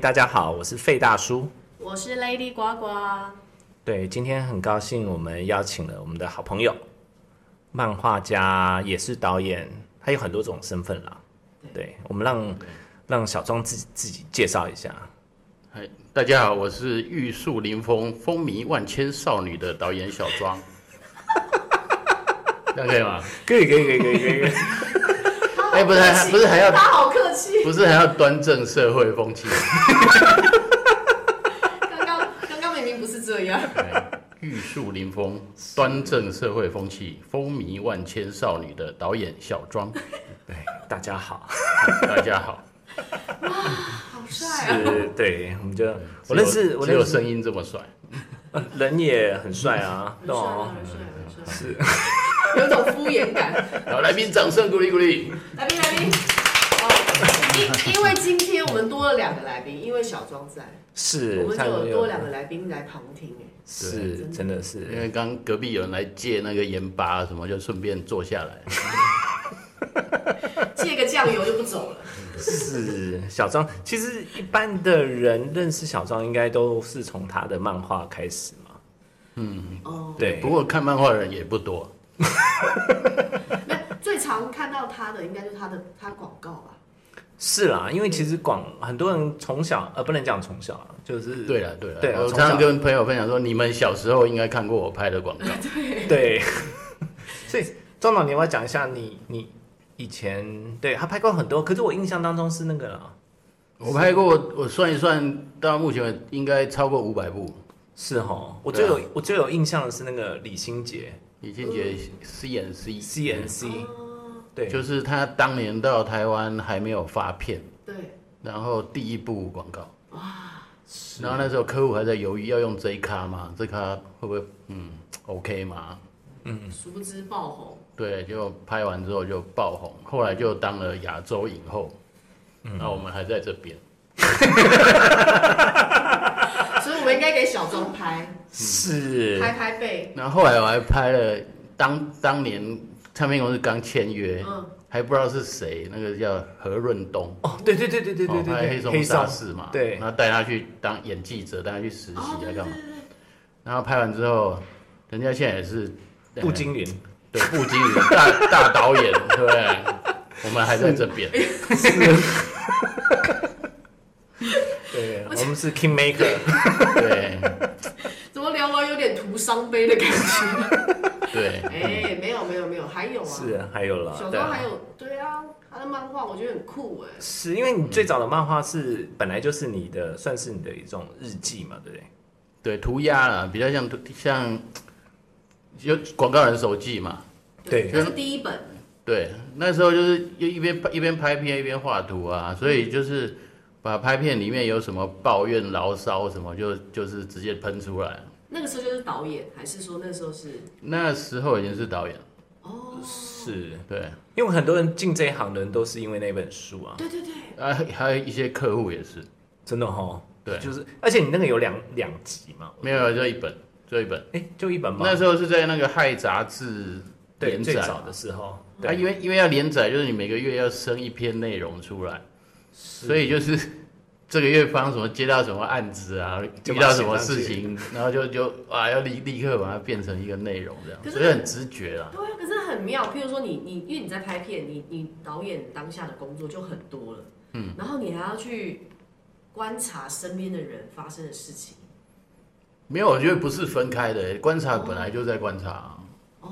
大家好，我是费大叔。我是 Lady 呱呱，对，今天很高兴我们邀请了我们的好朋友，漫画家也是导演，他有很多种身份啦。对，我们让让小庄自己自己介绍一下。嗨，大家好，我是玉树临风、风靡万千少女的导演小庄，这样可以吗？可以，可以，可以，可以，可以可以。哎、不是还，不是还要，他好客气。不是还要端正社会风气？刚刚刚刚明明不是这样。哎玉树临风，端正社会风气，风靡万千少女的导演小庄，对，大家好，大家好。好帅啊！是，对，我们就 我只有认识，我只有认识声音这么帅，人也很帅啊，很对帅哦啊，，很帅，很帅，是有种敷衍感。好，来宾掌声鼓励鼓励。来宾，来宾，哦，因因为今天我们多了两个来宾，因为小庄在，是，我们就他有有多两个来宾来旁听。哎，是，真的是，因为刚隔壁有人来借那个盐巴啊什么，就顺便坐下来。借个酱油就不走了。是小张，其实一般的人认识小张，应该都是从他的漫画开始嘛。嗯哦，对，不过看漫画的人也不多，没有，最常看到他的应该就是他的他广告吧。是啦，因为其实广很多人从小呃，不能讲从小啊，就是对了对了，对啊我从常小常跟朋友分享说，你们小时候应该看过我拍的广告。 对， 所以庄导，你要不要讲一下你你以前对他拍过很多，可是我印象当中是那个啦， 我拍过，我算一算，到目前为止应该超过五百部。是哈，我最对啊有、我最有印象的是那个李心洁李心洁 CNC CNC，、哦，对，嗯就是他当年到台湾还没有发片，对，然后第一部广告，是然后那时候客户还在犹豫要用这一咖吗？这咖会不会嗯 OK 吗？嗯殊不知爆红。对，就拍完之后就爆红，后来就当了亚洲影后。那、我们还在这边，所以我们应该给小庄拍，是拍拍背，然后后来我还拍了当当年唱片公司刚签约，嗯，还不知道是谁，那个叫何润东，哦，对对对对对对哦拍对黑对，松黑沙松士嘛，对然后带他去当演记者，带他去实习哦，来对对干对嘛？对，然后拍完之后，人家现在也是呃步惊云，对布经理大 大导演，对不对？我们还在这边，对，我们是 King Maker。对怎么聊完有点徒伤悲的感 觉？对，哎，没有没有没有，还有啊，是啊，还有啦，小对啊庄还有，对啊，他的漫画我觉得很酷哎，是因为你最早的漫画是、本来就是你的，算是你的一种日记嘛，对不对？对涂鸦啦，比较像像有广告人手记嘛，对这是第一本，对，那时候就是一一边一边拍片一边画图啊，所以就是把拍片里面有什么抱怨、牢骚什么，就就是直接喷出来。那个时候就是导演，还是说那时候是那时候已经是导演了，哦，是对，因为很多人进这一行的人都是因为那本书啊，对对对，啊，还有一些客户也是，真的哈。对就是而且你那个有两两集嘛，没有就一本，就一本。哎，就一本嘛。那时候是在那个《嗨》杂志对连最载，早的时候，啊，因对，为因为要连载，就是你每个月要生一篇内容出来，所以就是 这个月帮什么接到什么案子啊，就遇把它到什么写上去事情，然后就就啊要立立刻把它变成一个内容可这样，是所以很直觉啦。对啊，可是很妙。譬如说你你，因为你在拍片，你你导演当下的工作就很多了，嗯，然后你还要去观察身边的人发生的事情。没有，我觉得不是分开的，观察本来就在观察啊，哦，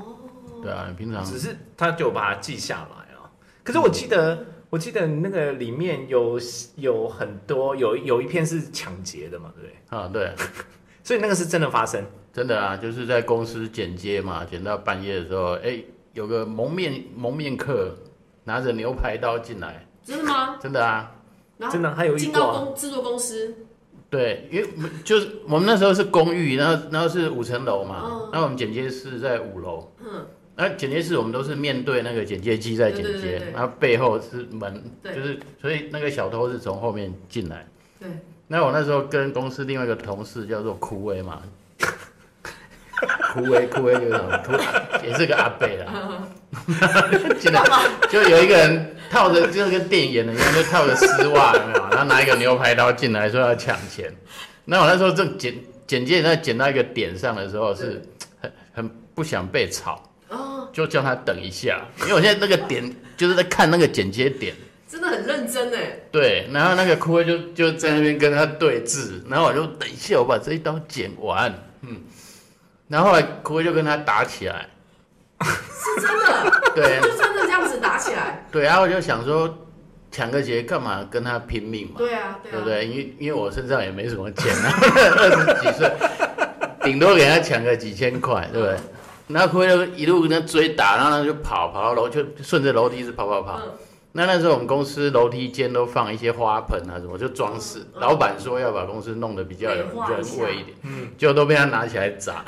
对啊，你嗯平常只是他就把它记下来啊。可是我记得，我记得那个里面有有很多有有一篇是抢劫的嘛，对不对？啊，对，所以那个是真的发生。真的啊，就是在公司剪接嘛，剪到半夜的时候，哎，有个蒙面蒙面客拿着牛排刀进来，真的吗？真的啊，然后真的还有一进过到啊公制作公司，对，因为我们就是我们那时候是公寓，然后然后是五层楼嘛嗯，那、我们剪接室在五楼，嗯，那剪接室我们都是面对那个剪接机在剪对对对接对，然后背后是门，就对是所以那个小偷是从后面进来。对，那我那时候跟公司另外一个同事叫做枯威嘛，枯威枯威就是什么枯，也是个阿贝啦，进来就有一个人套着就是跟电影演的一样，就套着丝袜有没有？然后拿一个牛排刀进来说要抢钱。那我那时候正剪剪接，那剪到一个点上的时候是很很不想被吵，哦，就叫他等一下，因为我现在那个点 就是在看那个剪接点。真的很认真哎，对，然后那个枯就就在那边跟他对峙，然后我就等一下，我把这一刀剪完，嗯，然后后来枯就跟他打起来，是 真的，对 就真的这样子打起来。对，然后我就想说，抢个劫干嘛跟他拼命嘛，对啊，对啊，对不对？因为因为我身上也没什么钱啊， 二十几岁，顶多给他抢个几千块，对不对？然后枯就一路跟他追打，然后他就跑跑到楼，就顺着楼梯一直跑跑跑，嗯，那那时候我们公司楼梯间都放一些花盆啊什么，就装饰。嗯老板说要把公司弄得比较有美化一人下味一点，嗯就都被他拿起来砸，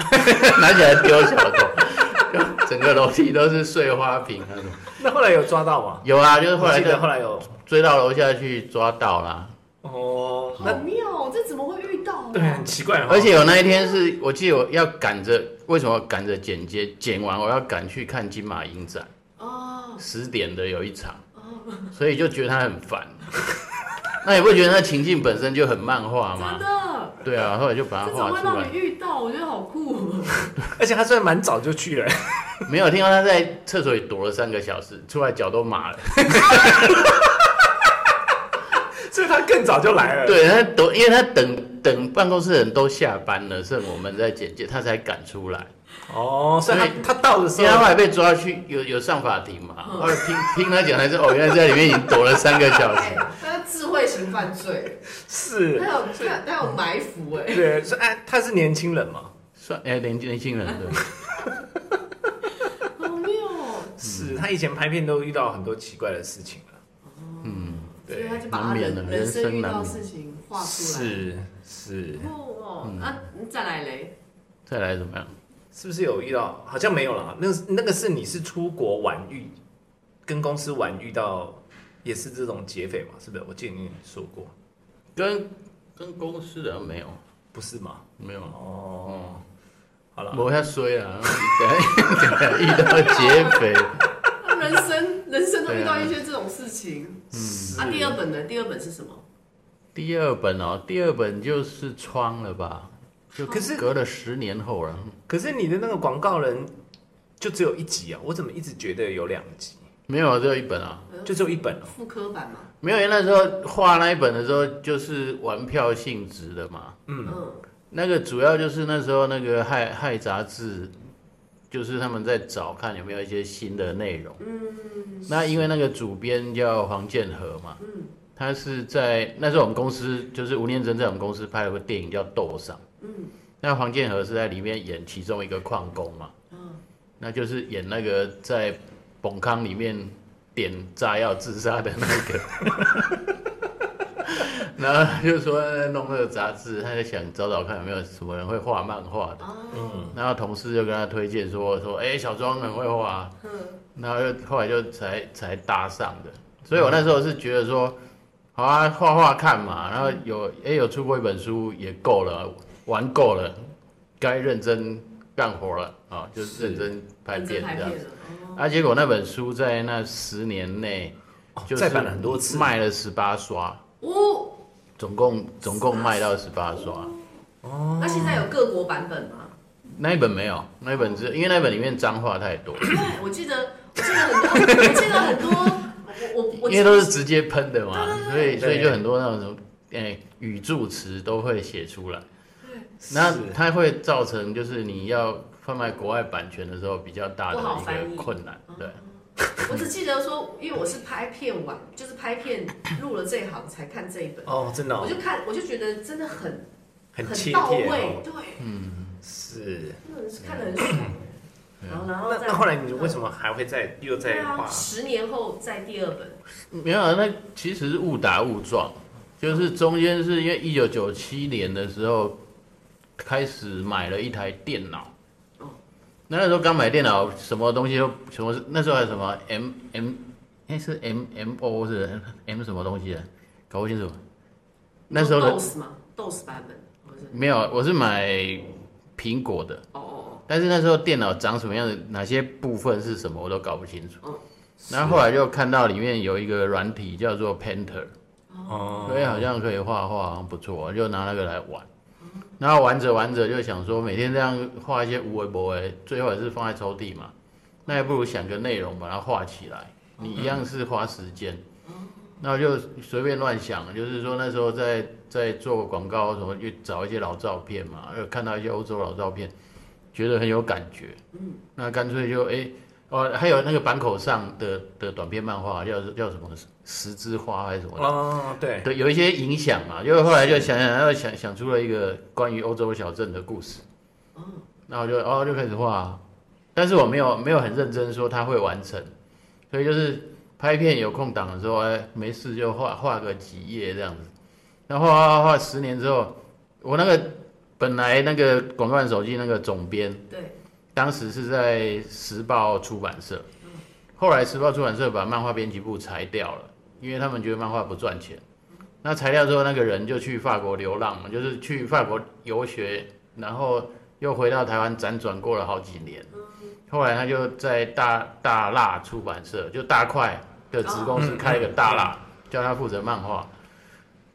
拿起来丢小偷， 就整个楼梯都是碎花瓶啊什么。那后来有抓到吗？有啊，就是后我来记就得后来有追到楼下去抓到啦。哦，好那妙哦，这怎么会遇到啊？对很奇怪哦，而且我那一天是我记得我要赶着，为什么赶着剪接？剪完我要赶去看金马影展，哦十点的有一场。哦，所以就觉得他很烦。 那你不觉得那情境本身就很漫画真吗？的，对啊，后来就把它这怎画么会出让来你。遇到？我觉得好酷哦。而且他虽然蛮早就去了， 没有听到他在厕所里躲了三个小时，出来脚都 麻了。所以他更早就来了。，对，他躲，因为他等等办公室人都下班了，剩我们在简介，他才敢 出来。哦，所以所以他他到的时因为他候后，来被抓去，有有上法庭嘛。嗯后来听听他讲，才知道哦，原来在里面已经躲了三个小时 哎。，他是智慧型犯罪，他是，有他他有埋伏哎。对，是哎，他是年轻人嘛，算哎，年年轻人 对，好妙哦！是他以前拍片都遇到很多奇怪的事情了，嗯，所以对他，就把他难免啊人的人人生生遇难到免事情画出来。是是，酷哦，嗯啊，你再来嘞。再来怎么样？是不是有遇到？好像没有啦，那那个是你是出国玩遇，跟公司玩遇到。也是这种劫匪嘛，是不是？我记得你说过，跟跟公司的没有不是吗？没有。哦，哦，好了，无遐衰啊， 等下遇到劫匪，他人生人生都遇到对啊一些这种事情。是嗯啊，第二本呢？第二本是什么？第二本哦，第二本就是窗了吧？就可是隔了十年后啊了，可是你的那个广告人就只有一集啊，我怎么一直觉得有两集？没有只有一本啊，就只有一本哦。复刻版嘛。没有。因为那时候画那一本的时候，就是玩票性质的嘛。嗯那个主要就是那时候那个害害杂志，就是他们在找看有没有一些新的内容。嗯那因为那个主编叫黄建和嘛，嗯他是在那时候我们公司就是吴念真在我们公司拍了个电影叫《斗赏》。嗯那黄建和是在里面演其中一个矿工嘛，嗯，那就是演那个在崩康里面点炸药自杀的那个。 然后他就说在弄那个杂志，他就想找找看有没有什么人会画漫画的。哦，然后同事就跟他推荐说说，哎、小庄很会画啊，嗯然后又后来就才才搭上的。所以我那时候是觉得说，好啊，画画看嘛，然后有哎、有出过一本书也够了，玩够了，该认真干活了啊，就是是认真拍认真片拍这样片。了。哦，啊，结果那本书在那十年内哦就是再版了很多次，卖了十八刷，哦，总共总共卖到十八刷。哦那现在有各国版本吗？那一本没有，那一本只因为那本里面脏话太多，因为 我记得，我记得很多，我记得很多，我我我因为都是直接喷的嘛，所对对对以所以就很多那种什么哎语助词都会写出来。是那它会造成就是你要贩卖国外版权的时候比较大的不好翻一译嗯个困难，对，我只记得说，因为我是拍片完，就是拍片入了这行才看这一本，哦，真的、我哦、就看，我就觉得真的很很切到切位，哦，对，是。真的是看得很爽。然后，然后嗯那再那后来你为什么还会再又对再画啊，？十年后再第二本，没有啊，那其实是误打误撞，就是中间是因为一九九七年的时候开始买了一台电脑哦。那时候刚买电脑，什么东西都什么，那时候还有什么 M M，哎、是 M M O 是不是 M 什么东西、啊，搞不清楚。那时候的 DOS 嘛，DOS 版本，我是没有，我是买苹果的，哦哦但是那时候电脑长什么样子，哪些部分是什么，我都搞不清楚嗯。然后后来就看到里面有一个软体叫做 Painter，哦，所以好像可以画画，好像不错，就拿那个来玩。然后玩着玩着就想说，每天这样画一些无为博为，最后也是放在抽屉嘛。那还不如想个内容把它画起来，你一样是花时间。那我就随便乱想，就是说那时候在在做广告什么，去找一些老照片嘛，又看到一些欧洲老照片，觉得很有感觉。嗯，那干脆就哎、哦，还有那个板口上的的短篇漫画叫叫什么十字花还是什么的哦，对，对，有一些影响嘛，因为后来就想想，又想想出了一个关于欧洲小镇的故事。那我就哦就开始画，但是我没有没有很认真说它会完成，所以就是拍片有空档的时候，哎，没事就画画个几页这样子。那画画画画十年之后，我那个本来那个广告手机那个总编，对，当时是在时报出版社，后来时报出版社把漫画编辑部裁掉了，因为他们觉得漫画不赚钱。那裁掉之后，那个人就去法国流浪嘛，就是去法国游学，然后又回到台湾辗转过了好几年。后来他就在大大辣出版社，就大块的子公司开了个大辣，叫他负责漫画。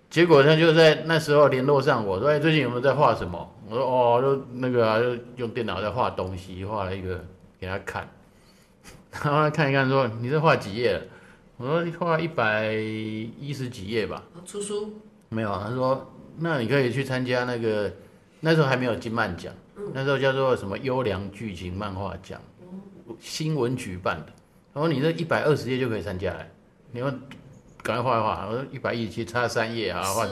结果他就在那时候联络上我说：“哎，最近有没有在画什么？”我说：“哦，就那个啊，就用电脑在画东西，画了一个给他看。” 然后他看一看说：“你这画几页了？”我说：“画一百一十几页吧。”出书，没有，他说那你可以去参加那个，那时候还没有金漫奖，那时候叫做什么优良剧情漫画奖，新闻举办的。然后你这一百二十页就可以参加了，你要赶快画一画。我说一百一七差三页啊，画，是，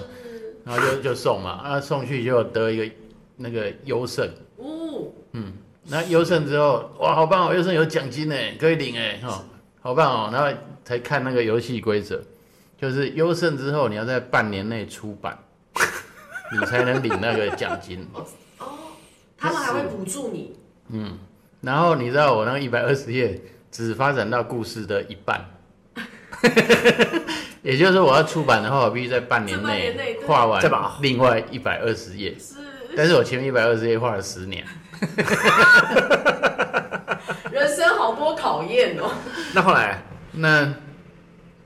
然后就就送嘛，啊送去就得一个那个优胜，哦，那优胜之后哇好棒哦，优胜有奖金哎，可以领哎哈、哦，好棒哦。然后才看那个游戏规则，就是优胜之后你要在半年内出 版，你才能领那个奖金。哦，他们还会补助你，然后你知道我那一百二十页只发展到故事的一半， 也就是说我要出版的话，我必须在半年在半年内内对画完再把另外一百二十页。是但是我前面一百二十页画了十年，人生好多考验哦，那后来，那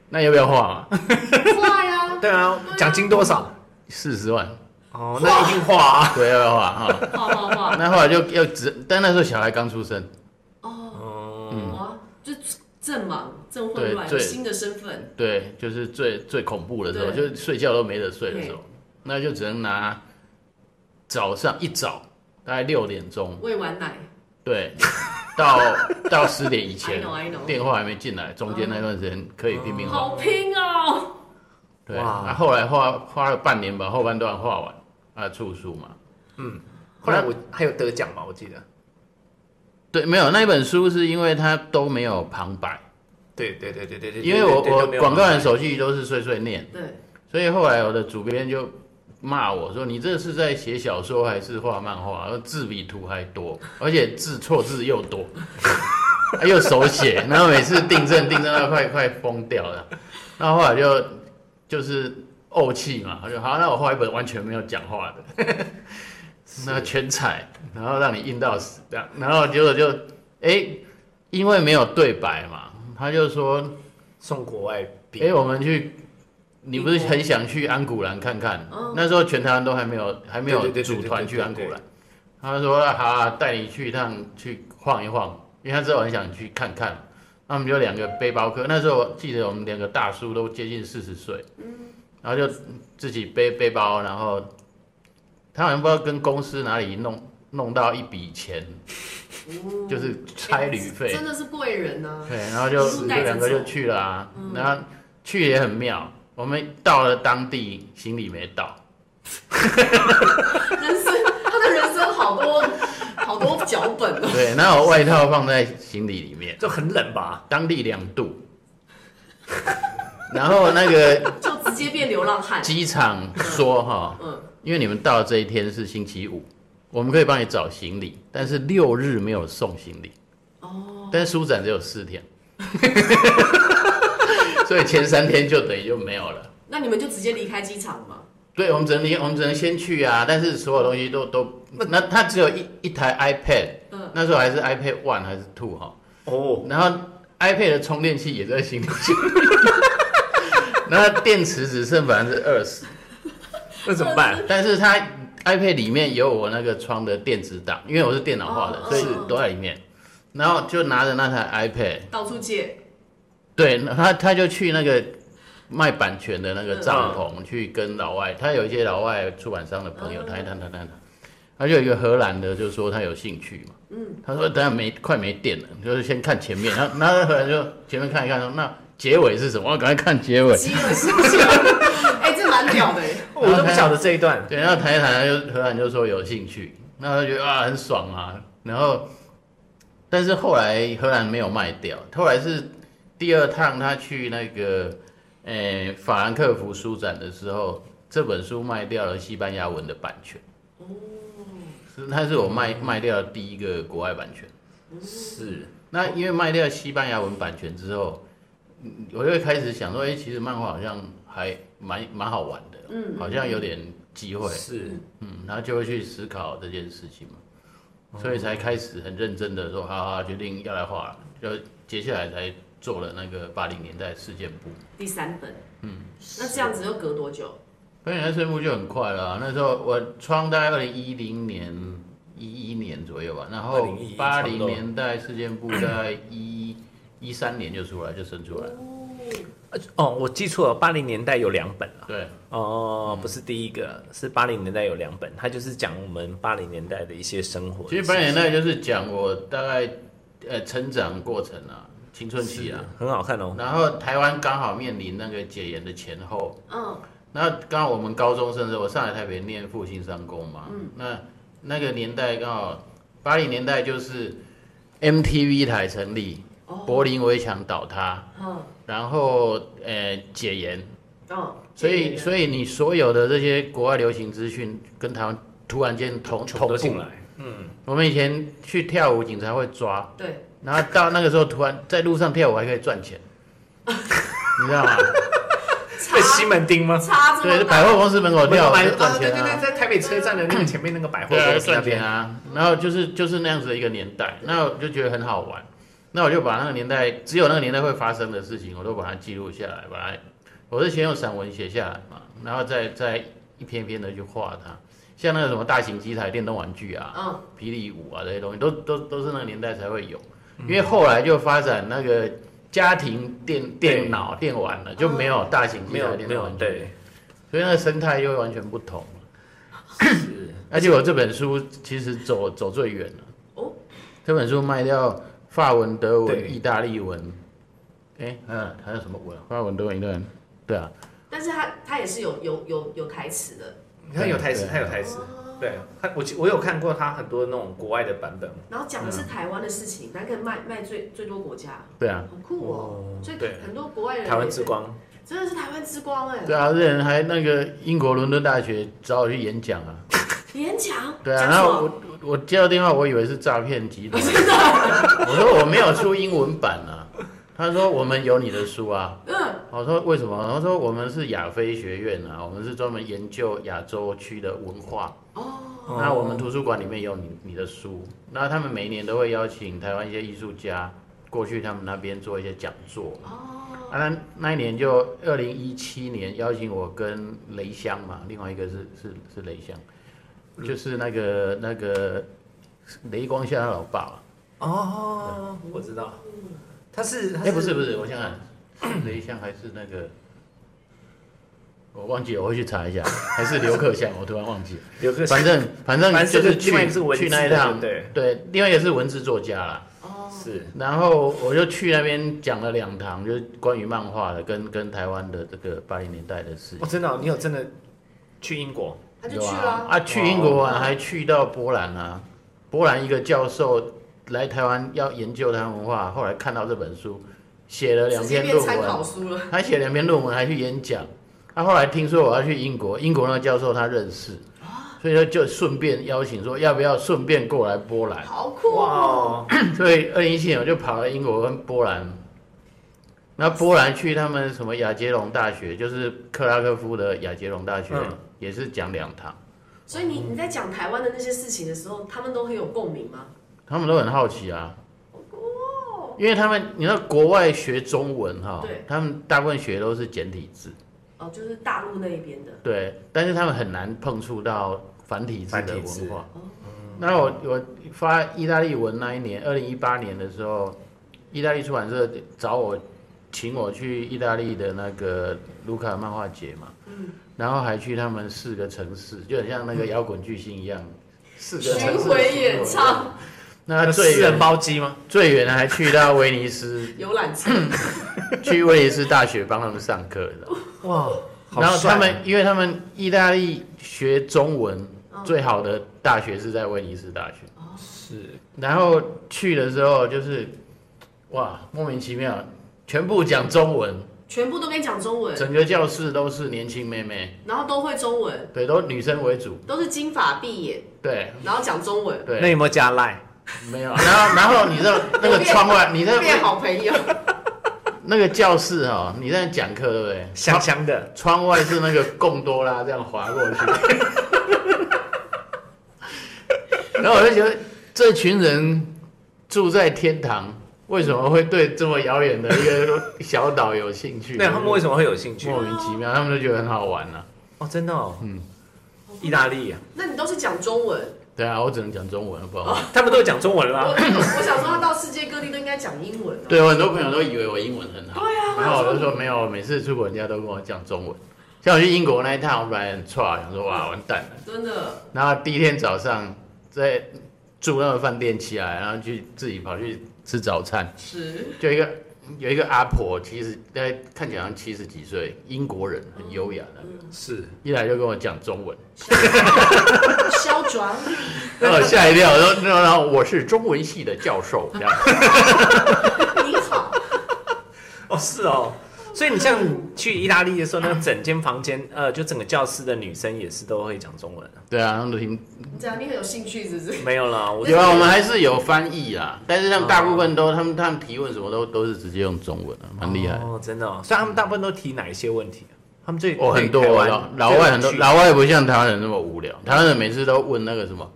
那要不要画嘛？ 哇呀，对啊，奖金多少？四十万，哦，那一定画啊。对，要不要画哦哈？画画画， 那后来就要只，但那时候小孩刚出生，哦，哦，哇，就正忙正混对乱，有嗯对新的身份，对，就是最最恐怖的时候，对就是睡觉都没得睡的时候，那就只能拿早上一早大概六点钟，喂完奶， 对，到到十点以 I 前 know, I know 嗯电话还没进来，中间那段时间可以拼命画，好拼哦，对，哇那后来画花了半年把后半段画完，啊，出书嘛，后来我还有得奖吧，我记得。对，没有那一本书是因为它都没有旁白，对对对对对对，因为我对我对对都广告，没有人手续都是碎碎念。对，所以后来我的主编就骂我说：“你这是在写小说还是画漫画？字比图还多，而且字错字又多， 啊又手写，然后每次订正订正到快快疯掉了。”然后后来就就是怄气嘛，我就好，那我画一本完全没有讲话的，那全彩，然后让你印到死，这样，然后结果就哎，因为没有对白嘛，他就说送国外比，哎、我们去，你不是很想去安古兰看看？嗯那时候全台湾都还没有还没有对对对对组团去安古对对兰。他说：“好、啊，带你去一趟，去晃一晃，因为他知道我很想去看看。”那我们就两个背包客，那时候我记得我们两个大叔都接近四十岁，然后就自己背背包，然后他好像不知道跟公司哪里弄弄到一笔钱，哦就是差旅费，真的是贵人啊呢，对，然后就就是就带着两个就走嗯去了啊，然后去也很妙。我们到了当地，行李没到，人生他的人生好多好多脚本哦，对，然后我外套放在行李里面，就很冷吧？当地两度。然后那个就直接变流浪汉，机场说哈，嗯，因为你们到的这一天是星期五，我们可以帮你找行李，但是六日没有送行李，哦，但是书展只有四天， 所以前三天就等于就没有了。那你们就直接离开机场嘛，对，我们只能离，我们只能先去啊。但是所有东西都都，那他只有一一台 iPad，嗯那时候还是 iPad One 还是 Two 哈。哦，然后 iPad 的充电器也在新竹 县，那电池只剩百分之二十，那怎么 办？但是它 iPad 里面有我那个窗的电子档，因为我是电脑化的，哦所以是都在里面。然后就拿着那台 iPad，到处借，对他他就去那个卖版权的那个帐篷、去跟老外，他有一些老外出版商的朋友嗯谈一谈谈谈谈，他就有一个荷兰的就说他有兴趣嘛，嗯，他说等下没快没电了，就是先看前面，然后然后那荷兰就前面看一看说那结尾是什么？我赶快看结尾，机会是不 是？哎，这蛮屌的，我都不晓得这一段，对，然后谈一谈，他就荷兰就说有兴趣，那他觉得啊很爽啊，然后，但是后来荷兰没有卖掉，后来是第二趟他去那个，诶、法兰克福书展的时候，这本书卖掉了西班牙文的版权，哦，是他是我卖卖掉的第一个国外版权。是那因为卖掉西班牙文版权之后，嗯我就会开始想说，哎、其实漫画好像还蛮蛮好玩的，嗯，好像有点机会，是，嗯，然后就会去思考这件事情嘛，哦所以才开始很认真的说，好好决定要来画了，就接下来才做了那个八零年代事件簿。第三本，嗯那这样子又隔多久？八零年代事件簿就很快了啊、那时候我创大概二零一零年一一年左右吧，然后2011八零差不多年代事件簿在一一三年就出来就生出来了，呃哦，我记错了，八零年代有两本了。对，哦，不是第一个，是八零年代有两本，它就是讲我们八零年代的一些生活的其事情。实八零年代就是讲我大概呃成长过程啊，青春期啊，很好看哦，然后台湾刚好面临那个解严的前后。嗯，那刚好我们高中生的时候，我上来台北念复兴商工嘛，嗯那那个年代刚好八零年代就是 MTV 台成立，哦，柏林围墙倒塌，嗯，然后呃解严，嗯，所以以所以你所有的这些国外流行资讯跟台湾突然间同全部同都步进，来，我们以前去跳舞，警察会抓，对，然后到那个时候，突然在路上跳舞还可以 赚钱，你知道吗？在西门町吗？差这对，么百大，货公司门口跳舞买就啊，赚对钱对啊对，。在台北车站的那个前面那个百货对啊，公司那赚边钱，啊。然后就是就是那样子的一个年代，那我就觉得很好玩。那我就把那个年代只有那个年代会发生的事情，我都把它记录下来，把它我是先用散文写下来嘛，然后再再一篇一篇的去画它。像那个什么大型机台、电动玩具啊，嗯，霹雳舞啊这些东西，都都都是那个年代才会有，嗯因为后来就发展那个家庭电电脑电玩了，就没有大型机没台有电没脑有玩具，对，所以那个生态又完全不同了。是而且我这本书其实走走最远了，哦，这本书卖掉法文、德对文、意大利文，哎，嗯，还有什么文？法文、德文、意大利文，对啊，但是他他也是有有有有台词的，它有台词，对它有台词，哦对，它我记我有看过它很多那种国外的版本，啊然后讲的是嗯台湾的事情，但可以卖卖最最多国家，对啊，很酷哦。所以对很多国外人台湾也之光，真的是台湾之光哎，对啊，之前还那个英国伦敦大学找我去演讲啊，演讲对啊，讲然什后么？我我我接到电话，我以为是诈骗集团，我说我没有出英文版啊，他说我们有你的书啊，嗯，我说为什么？他说我们是亚非学院啊，我们是专门研究亚洲区的文化。哦，哦那我们图书馆里面有你你的书，那他们每一年都会邀请台湾一些艺术家过去他们那边做一些讲座。哦，啊，那那一年就二零一七年邀请我跟雷香嘛，另外一个是是是雷香，就是那个那个雷光夏他老爸嘛。哦，我知道，它是它哎、不是不是，我想想，是雷香还是那个，我忘记了，我会去查一下，还是刘克祥，我突然忘记了。有个反正反正反就正这是个去另外一个是文字去那一的趟，对不对，另外一个是文字作家啦。哦，是然后我就去那边讲了两堂，就是关于漫画的，跟跟台湾的这个八零年代的事哦，情。真的哦，你有真的去英国他就有去啊了，啊，去英国玩，还去到波兰啊。波兰一个教授来台湾要研究台湾文化，后来看到这本书，写了两直接篇变论参考文，书了，他写两篇论文还去演讲。他、后来听说我要去英国，英国那个教授他认识，所以说就顺便邀请说要不要顺便过来波 兰。好酷哇哦，哦，所以二零一七年我就跑了英国跟波兰，那波兰去他们什么亚杰隆大学，就是克拉科夫的亚杰隆大学，嗯也是讲两堂，所以你你在讲台湾的那些事情的时候，他们都很有共鸣吗？他们都很好奇啊，好酷哦。哦，因为他们，你知道国外学中文哈、对他们大部分学都是简体字，哦，就是大陆那一边的，对，但是他们很难碰触到繁体字繁的体字文化哦。那我我发意大利文那一年，二零一八年的时候，意大利出版社找我，请我去意大利的那个卢卡漫画节嘛，嗯然后还去他们四个城市，就很像那个摇滚巨星一样，四个城市巡回演唱，那最私人远包机吗？最远还去到威尼斯，游览车，去威尼斯大学帮他们上课，你知道吗哇，好然后帅啊哦他们，因为他们意大利学中文嗯最好的大学是在威尼斯大学，是然后去的时候就是，哇，莫名其妙，全部讲中文，全部都跟你讲中文，整个教室都是年轻妹妹，然后都会中文，对，都女生为主，都是金发碧眼，对然后讲中文，那对，有没有加赖？没有，然后然后你知道那个窗外，你在变好朋友，那个教室哦，你在讲课对不对？香香的，窗外是那个贡多拉这样划过去， 然后我就觉得这群人住在天堂，为什么会对这么遥远的一个小岛有兴趣？ 那他们为什么会有兴趣？莫名其妙，他们就觉得很好玩啊。哦，真的哦，意大利啊，那你都是讲中文，对啊，我只能讲中文，不好。他们都讲中文我啦。我想说他到世界各地都应该讲英文啊，对，我很多朋友都以为我英文很好，对啊，然后我我就想说说没有，每次出国人家都跟我讲中文。像我去英国那一趟，我本来很差，想说哇完蛋了。真的，然后第一天早上在住那个饭店起来，然后去自己跑去吃早餐，是就一个有一个阿婆，其实大概看起来好像七十几岁，英国人，很优雅的，是，一来就跟我讲中文，嚣张，然后我吓一跳，我说然后我是中文系的教授，这样你好，哦是哦。所以你像去意大利的时候，那整间房间，呃，就整个教室的女生也是都会讲中文啊。对啊，他们都听，你这样你很有兴趣是不是？没有啦，我有啊，我们还是有翻译啊，但是他们大部分都他们他们提问什么都都是直接用中文啊，蛮厉害的。哦，真的哦。所以他们大部分都提哪一些问题啊？他们最哦，很多最台湾老老外很最多，有趣老外不像台湾人那么无聊，台湾人每次都问那个什么，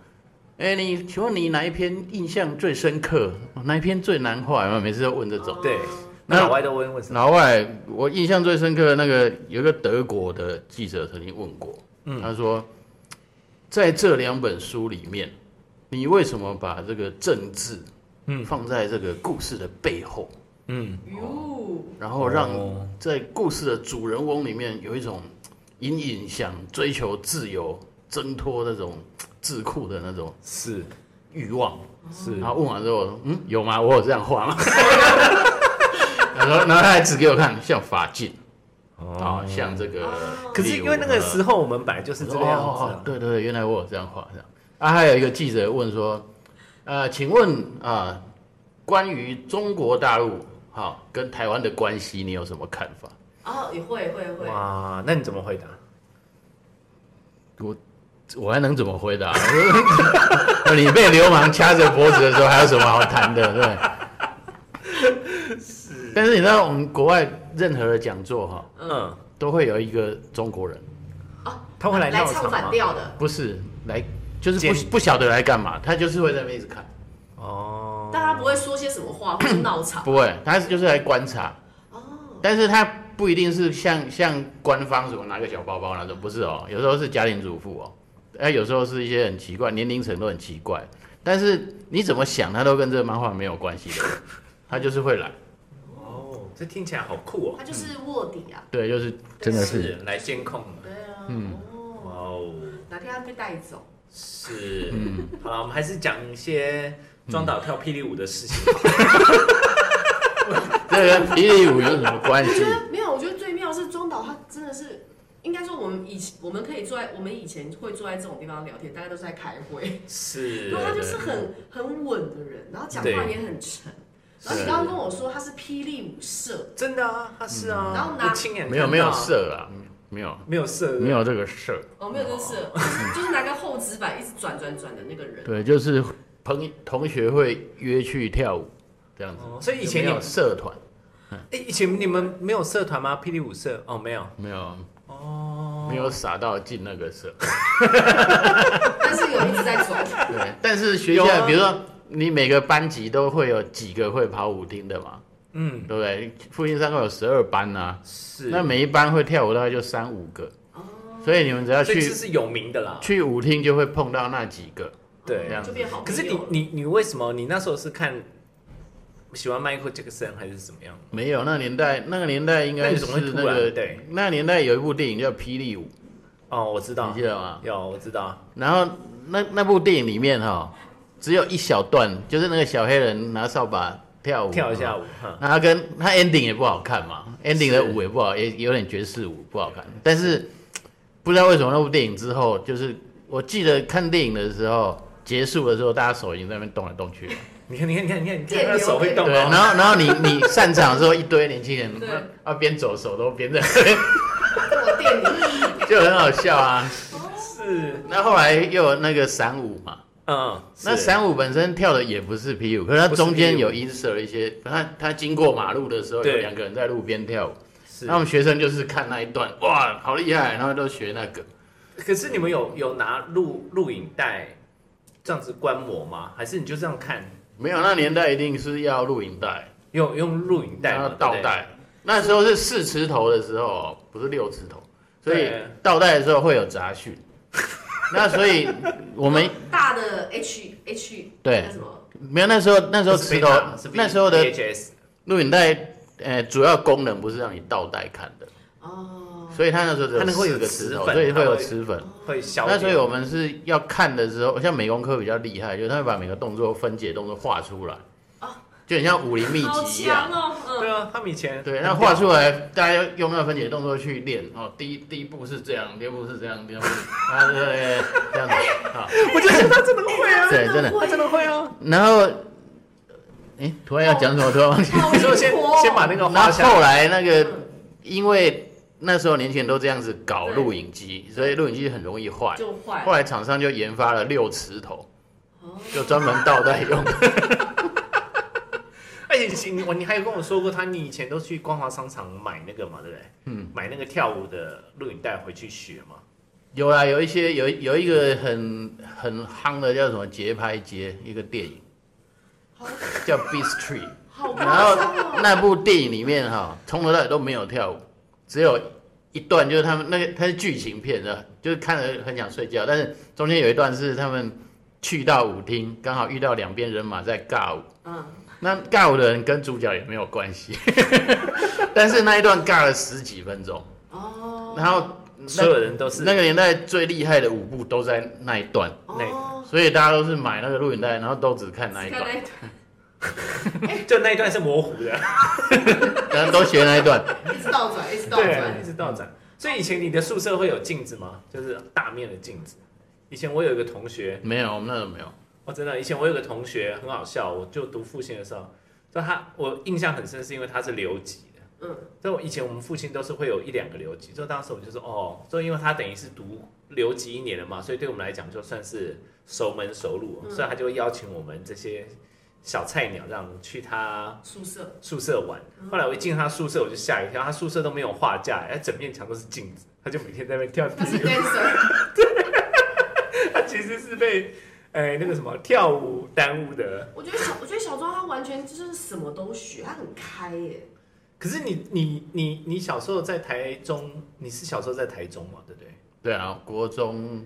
哎、你请问你哪一篇印象最深刻，哦哪一篇最难画？然后每次都问这种。对，那那老外都会问什么？老外，我印象最深刻的那个有一个德国的记者曾经问过，他说，在这两本书里面，你为什么把这个政治，嗯放在这个故事的背后？嗯，哟，然后让哦在故事的主人翁里面有一种隐隐想追求自由、挣脱那种智库的那种是欲望。是然后问完之后，我说：“嗯，有吗？我有这 样画吗？”然后，然后他还指给我看，像法镜啊、哦哦，像这个哦。可是因为那个时候候我们本来就是这个样子哦哦啊，对对对，原来我有这样画这样。啊，还有一个记者问说：“呃，请问啊、关于中国大陆哈、好跟台湾的关系，你有什么看法？”哦，也会会会，哇，那你怎么回答？我还能怎么回答？ 你被流氓掐着脖子的时候，还有什么好谈的？对。但是你知道，我们国外任何的讲座哈，嗯，都会有一个中国人，他会来来闹唱场反吗？调的，不是来就是见不不晓得来干嘛，他就是会在那边一直看，哦，但他不会说些什么话或者闹场不会，他就是来观察，哦，但是他不一定是像像官方什么拿个小包包那种，不是哦，有时候是家庭主妇哦，哎，有时候是一些很奇怪，年龄层都很奇怪，但是你怎么想，他都跟这个漫画没有关系 的人，他就是会来，哦，这听起来好酷哦，他就是卧底啊，对，就是真的是来监控的，对啊，哇哦，哦，哪天他被带走，是，嗯好了，我们还是讲一些庄导跳霹雳舞的事情。这跟霹雳舞有什么关我 觉系？得没有，我觉得最妙是中岛，他真的是。应该说，我们以前我们可以坐在我们以前会坐在这种地方聊天，大家都是在开会。是然嗯后他就是很很稳的人，然后讲话对也很沉。然后是你刚刚跟我说他是霹雳舞社，真的啊，他是啊，嗯然后拿我亲眼看到没有没有，色啊，没有没有射，没有这个色，哦，没有这是， 就是就是拿个厚纸板一直转转转的那个人。对，就是朋同学会约去跳舞这样子，哦。所以以前你有没有社团哎，以前你们没有社团吗？霹雳舞社哦，没有没有哦，没有傻到 进那个社。但是有一直在转，对，但是学有校、啊比如说你每个班级都会有几个会跑舞厅的嘛，嗯，对不对？复兴三共有十二班呐、是，哦那每一班会跳舞大概就三五个，所以你们只要所以这啊去是有名的啦，去舞厅就会碰到那几个。对这样哦子就变好可朋友是了。啊你你你为什么你那时候是看喜欢 Michael Jackson 还是怎么样？没有，那年代那个年代应那该你是怎么会突那然个对那年代有一部电影叫《霹雳舞哦，我知》，你道记，得吗？有我知道，然后那那部电影里面哈、只有一小段，就是那个小黑人拿扫把跳舞，跳一下舞。舞哈，那他跟他 ending 也不好看嘛，ending 的是舞也不好，也有点爵士舞不好看。但是不知道为什么那部电影之后，就是我记得看电影的时候。结束的时候，大家手已经在那边动来动去了。你看你看你看你看你看电他的流手会给动对，然哦，后然后你你散场的时候，一堆年轻 人对，啊边走手都边在 我店里，就很好笑啊。是，那后来又有那个散舞嘛，嗯，那是散舞本身跳的也不是霹雳舞，可是它不是中间霹雳舞有 insert 一些，他他经过马路的时候，有对两个人在路边跳舞，是那我们学生就是看那一段，哇，好厉害，然后都学那个。可是你们有有拿录录影带这样子观摩吗？还是你就这样看？没有，那年代一定是要录影带，用用录影带然嘛后对不倒对带。那时候是四池头的时候哦，不是六池头，所以对倒带的时候会有 杂讯。那所以我们大的 H H 对那什么没有那时候那时候不是池被头打是被那时候的 VHS 录影带，呃，主要功能不是让你倒带看的，哦，所以它那时候只它那会四有个磁磁头，粉所以它会有会磁粉。会消那掉。所以我们是要看的时候，像美工科比较厉害，就是他会把每个动作分解动作画出来，哦就很像武林秘好籍一样强。哦，对啊，他们以前对，那画出来，大家用那个分解动作去练哦。第一第一步是这样，第二步是这样，第二步是啊，对对，这样子啊。我就觉得他真的会哎啊，对 真的他真的会啊。然后，哎，突然要讲什么？突然忘记。嗯，好你说先灵活哦先把那个那画下来，后来那个嗯因为那时候年轻人都这样子搞录影机，所以录影机很容易坏。就坏后，来厂商就研发了六磁头，哦就专门倒带用。而且哎你我你还有跟我说过，他你以前都去光华商场买那个嘛，对不对？嗯，买那个跳舞的录影带回去学嘛。有啦，有一些有有一个很很夯的叫什么节拍街，一个电影好叫 Beast Tree， 好夸然后张哦，那部电影里面哈，从头到尾都没有跳舞，只有一段就是他们那个它是剧情片的，就是看了很想睡觉，但是中间有一段是他们去到舞厅，刚好遇到两边人马在尬舞。嗯，那尬舞的人跟主角也没有关系， 但是那一段尬了十几分钟，哦，然后所那有人都哦是嗯那个年代最厉害的舞步都在那一段，哦，所以大家都是买那个录影带，然后都只看那一看段，那一段就那一段是模糊的，然后都学那一段。一直倒转，一直倒对，啊转一，直倒转。所以以前你的宿舍会有镜子吗？就是大面的镜子。以前我有一个同学，没有，我们那时候没有。我、哦真的，啊以前我有个同学很好笑，我就读复兴的时候，就他我印象很深，是因为他是留级的。嗯，所以我以前我们父亲都是会有一两个留级，就当时我就说哦，就因为他等于是读留级一年了嘛，所以对我们来讲就算是熟门熟路，哦嗯所以他就会邀请我们这些小菜鸟让去他宿舍，宿舍玩。嗯后来我一进他宿舍，我就吓一跳，他宿舍都没有画架，哎，整面墙都是镜子，他就每天在那边跳。 他是 dancer，他其实是被哎那个什么跳舞耽误的。我觉得小，我觉得小庄他完全就是什么都学，他很开耶，可是你你你你小时候在台中，你是小时候在台中嘛，对不对？对啊，国中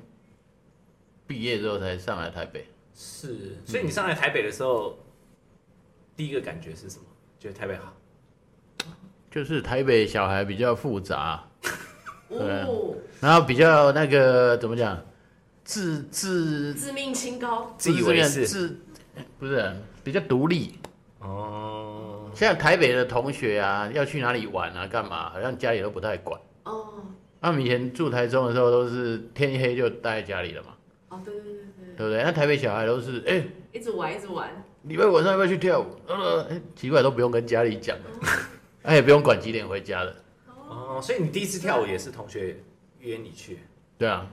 毕业之后才上来台北。是，所以你上来台北的时候，第一个感觉是什么？觉得台北好，嗯就是台北小孩比较复杂，啊哦，然后比较那个怎么讲，自自自命清高，自以为是自不是比较独立，哦，像台北的同学啊，要去哪里玩啊，干嘛，好像家里都不太管。哦，他们以前住台中的时候，都是天一黑就待在家里了嘛，哦，对对对对对不对？那台北小孩都是，哎、对，一直玩，一直玩，礼拜五晚上要不要去跳舞？呃，哎奇怪，都不用跟家里讲的，哎、也不用管几点回家的，哦，所以你第一次跳舞也是同学约你去，对啊，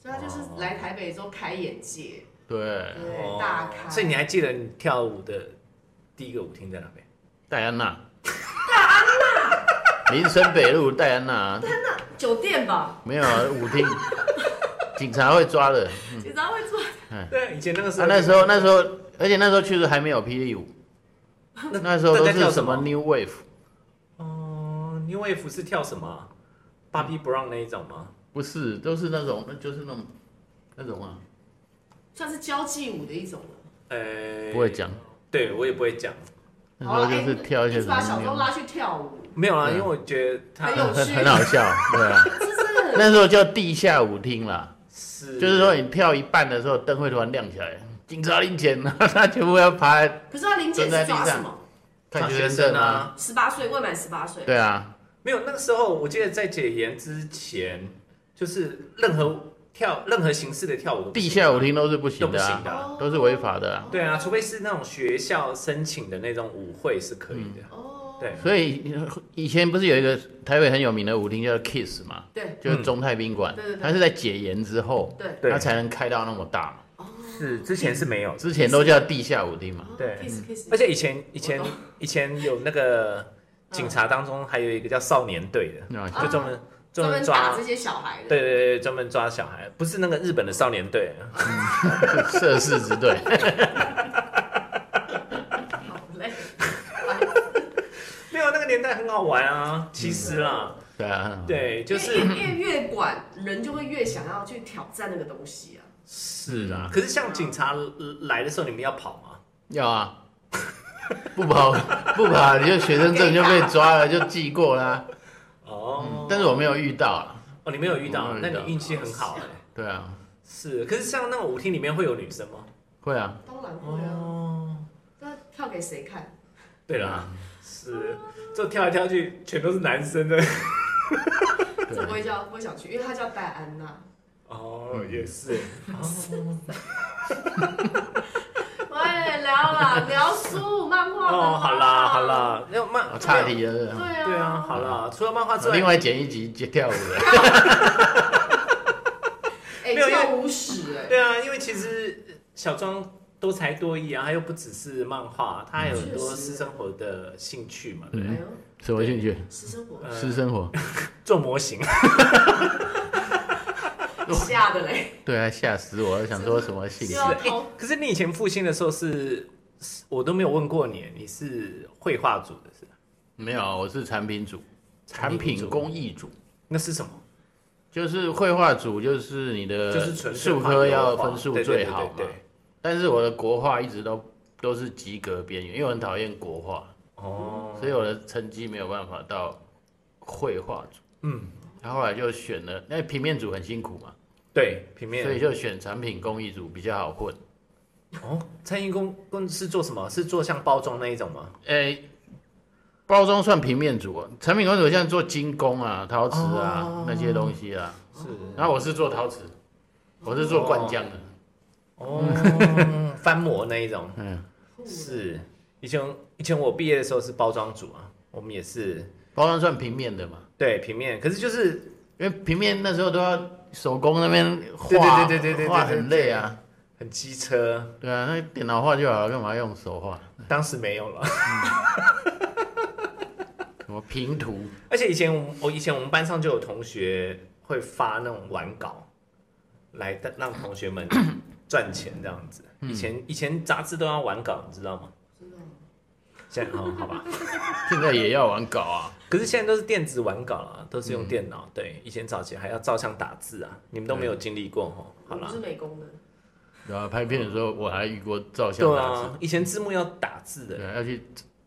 所以他就是来台北之后开眼界，对，对，大开，哦所以你还记得你跳舞的第一个舞厅在哪边？戴安娜，戴安娜，林森北路戴安娜，酒店吧，没有啊舞厅，警察会抓的。警察会抓，嗯对，以前那个时啊，候，那时候那时候而且那时候其实还没有霹雳舞，那时候那都在跳是什什么么 New Wave，哦，New Wave 是跳什么？Bobby Brown 那一种吗？不是，都是那种，那就是那种那种啊，算是交际舞的一种了。呃，不会，讲，对我也不会讲。那好时候了，就是哎跳一些一直什么把小周 New- 拉去跳舞，没有啦，对因为我觉得他很有 很趣很好笑，对啊，这是那时候叫地下舞厅啦，是就是说你跳一半的时候灯会突然亮起来，警察临检，然后 他全部要趴在可是他林姐蹲在是地上抓什么？看看学学生生证啊，啊，十八岁未满十八岁，对啊，没有那个时候，我记得在解严之前，就是任何跳任何形式的跳舞都不地行啊下舞厅都是不行都不的行啊，的啊。哦都是违法的啊对啊，除非是那种学校申请的那种舞会是可以的。哦，对，所以以前不是有一个台北很有名的舞厅叫 Kiss 嘛，对就是中泰宾馆嗯对对，对它是在解严之后，对，对它才能开到那么大嘛，哦，是之前是没有的，之前都叫地下舞厅嘛。对 kiss kiss，而且以前以前我懂以前有那个警察当中还有一个叫少年队的，那啊就专门哦专专门门抓打这。些小孩的，对对对，专门抓小孩，不是那个日本的少年队，啊涉事之队， 好累，没有那个年代很好玩啊。其实啦，对啊，对， 就是因为因为越管人就会越想要去挑战那个东西啊。是啊。可是像警察来的时候，你们要跑吗？要啊， 不跑不跑，你就学生证就被抓了，就记过啦。哦，但是我没有遇到啊，哦，你没有遇我到，没有那遇到你运气很好哎。对啊，是，可是像那种舞厅里面会有女生吗？会啊，当然会啊，哦，那跳给谁看？对啦，是，就跳来跳去全都是男生的。这不对，会叫不会想去，因为他叫戴 安娜。哦，也是。哦喂，聊啦，聊书漫画的啦哦，好啦好，啦，那漫我哦差题了。对啊，对啊，好啦，除了漫画之我外，另外剪一集跳舞的， 哎，没有因为跳舞史哎，对啊，因为其实呃小庄多才多艺啊，他又不只是漫画，他还有很多确实私生活的兴趣嘛，对嗯不哎对？呦，什么兴趣？私生活呃私生活，做模型，吓的嘞，对啊，吓死我了！想说什么兴趣又？要掏可是你以前复兴的时候是，是我都没有问过你，你是绘画组的是吧？没有，啊我是产品组，产品工艺组，那是什么？就是绘画组，就是你的就是纯粹数画呃科油要画分数对对最对好对嘛对。但是我的国画一直都都是及格边缘，因为我很讨厌国画，哦，所以我的成绩没有办法到绘画组。嗯，然后后来就选了，那平面组很辛苦嘛，对，平所以面。就选产品工艺组比较好混。哦，餐饮工工是做什么？是做像包装那一种吗？诶、包装算平面组啊，产品工艺组像做精工啊、陶瓷啊、哦那些东西啊。是然后我是做陶瓷，我是做灌浆的。哦，翻模那一种。嗯，裤子， 是，以前以前我毕业的时候是包装组啊，我们也是包装算平面的嘛，对平面，可是就是因为平面那时候都要手工那边对画，对对对对对画很累啊。很机车，对啊，那电脑画就好了，干嘛用手画？当时没有了。什么平图？而且以前我我以前我们班上就有同学会发那种玩稿，来的让同学 们赚钱这样子。以前以前杂志都要玩稿，你知道吗？知道现在 哦，好吧，现在也要玩稿啊？可是现在都是电子玩稿了，都是用电脑。对，以前早期还要照相打字啊，你们都没有经历过哦。好我不啦是，美工的，然后拍片的时候，我还遇过照相对打字，啊，嗯以前字幕要打字的对，啊，要去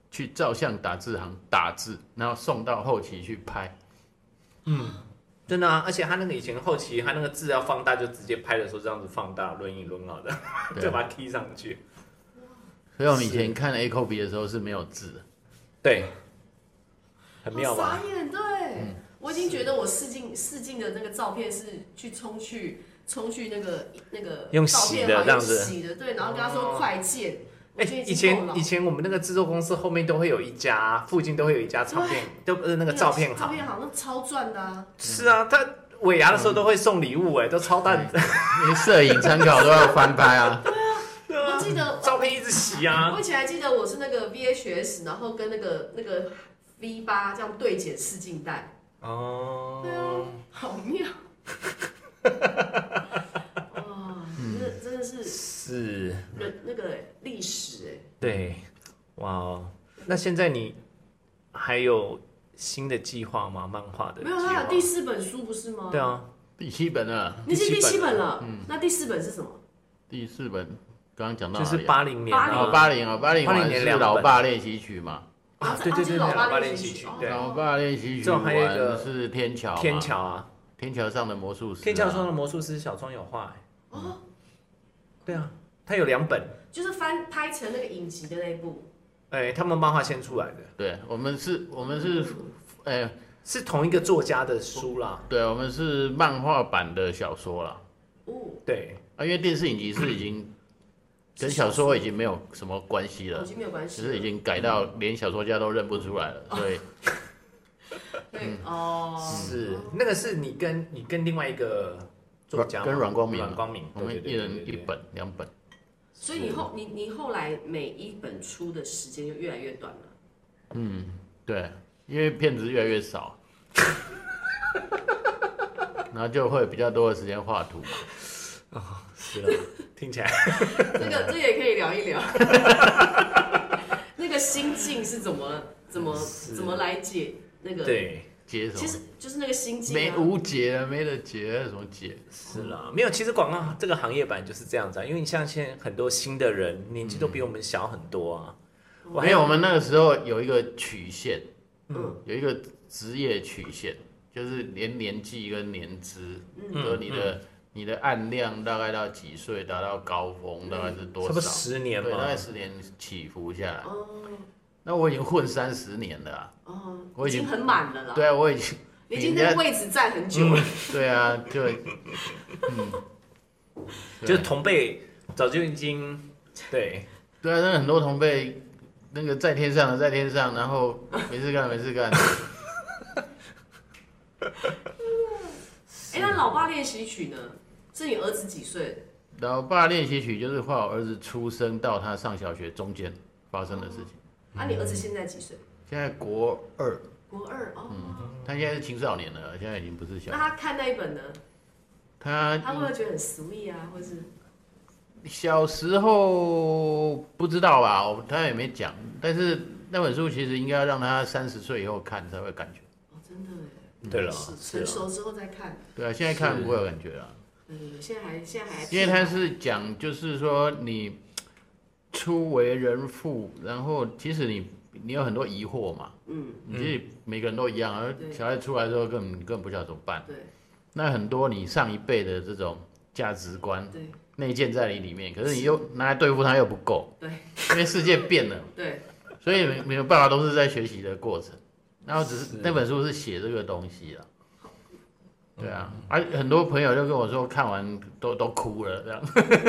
去照相打字行打字，然后送到后期去拍。真的啊，而且他那个以前后期他那个字要放大，就直接拍的时候这样子放大，抡一抡好的，对啊 就把它踢上去。所以我们以前看 A Q B 的时候是没有字的，对，很妙好吧傻？嗯眼，对，我已经觉得我试镜试镜的那个照片是去冲去冲去那个那个用照洗片的行这样子用洗的，对，然后跟他哦说快件，我哎、觉得以已经够老前以前我们那个制作公司后面都会有一家，附近都会有一家唱片，都不是那那个照片照行。片好像超赚的啊，是啊，他尾牙的时候都会送礼物、哎，都超大，因为摄影参考都要翻拍啊。对我啊，记得 照片一直洗啊我。以前还记得我是那个 VHS，然后跟那个那个 V 八这样对剪试镜带，对啊哦，，嗯 好妙。哇，真的真的是是，那那个历史哎、对，哇哦，那现在你还有新的计划吗？漫画的没有，计他划有第四本书不是吗？对，啊，第七本了，那是第第七七本本了。那第四本是什么？第四本刚刚讲到就哪是里啊八零年80啊，哦八零哦八零80完年是两本老爸练习曲嘛，啊啊，对对对对老老爸爸练练习曲曲，哦对老爸练习曲这种还有一完个是天桥嘛，天桥啊，天桥上的魔术师啊，天桥上的魔术师小庄有画、欸，哦，对啊，他有两本，就是翻拍成那个影集的那一部，哎、他们漫画先出来的，对我们是，我们是，哎、是同一个作家的书啦，对，我们是漫画版的小说啦。哦，对，啊，因为电视影集是嗯已经跟小说已经没有什么关系已了，哦经没有关系只了，是已经改到嗯连小说家都认不出来哦了，所以对哦，嗯是那个是你跟你跟另外一个作家嘛跟阮光明啊阮光明，我对对们一对对对人一对本、两本，所以你后你你后来每一本出的时间就越来越短了，对，因为片子越来越少，然后就会比较多的时间画图嘛。是了，听起来这个这也可以聊一聊，那个心境是怎么怎么是怎么来解那个？，对结什其实么？就是那个心境没啊，无解了，没得解啊了，什么解？是啦，没有，其实广告这个行业本来就是这样子啊，因为你像现在很多新的人年纪都比我们小很多啊，我还没有，我们那个时候有一个曲线，嗯，有一个职业曲线，就是连年纪跟年资，嗯就是你的、你的按量大概到几岁达到高峰，大概是多差不少？多十年对，大概嘛，十年起伏下来。哦那我已经混三十年了、啊，哦，我已已经经很满了啦，对啊，我已经你已经那个位置站很久了，对啊，就嗯，对就是同辈早就已经对对啊，那很多同辈那个在天上的在天上，然后没事干没事干， 哎，那老爸练习曲呢？是你儿子几岁？老爸练习曲就是画我儿子出生到他上小学中间发生的事情。啊，你儿子现在几岁？现在国二，国二哦。他现在是青少年了，现在已经不是嗯小那。他看那一本呢？他他会不会觉得很 sweet 啊，或是小时候不知道吧，我他也没讲。但是那本书其实应该要让他三十岁以后看才会感觉。哦，真的哎，对了，是是啊成了，熟之后再看。对啊，现在看是不会有感觉了，嗯，现在还现在还因为他是讲就是说你初为人父，然后其实你你有很多疑惑嘛，嗯，你其实每个人都一样，而对小孩出来之后根本根本不晓得怎么办。对那很多你上一辈的这种价值观对内建在你里面，可是你又拿来对付它又不够，对因为世界变 了，对，所以没没有办法都是在学习的过程。然后只是是那本书是写这个东西啊，对啊，而、很多朋友就跟我说看完都都哭了，这样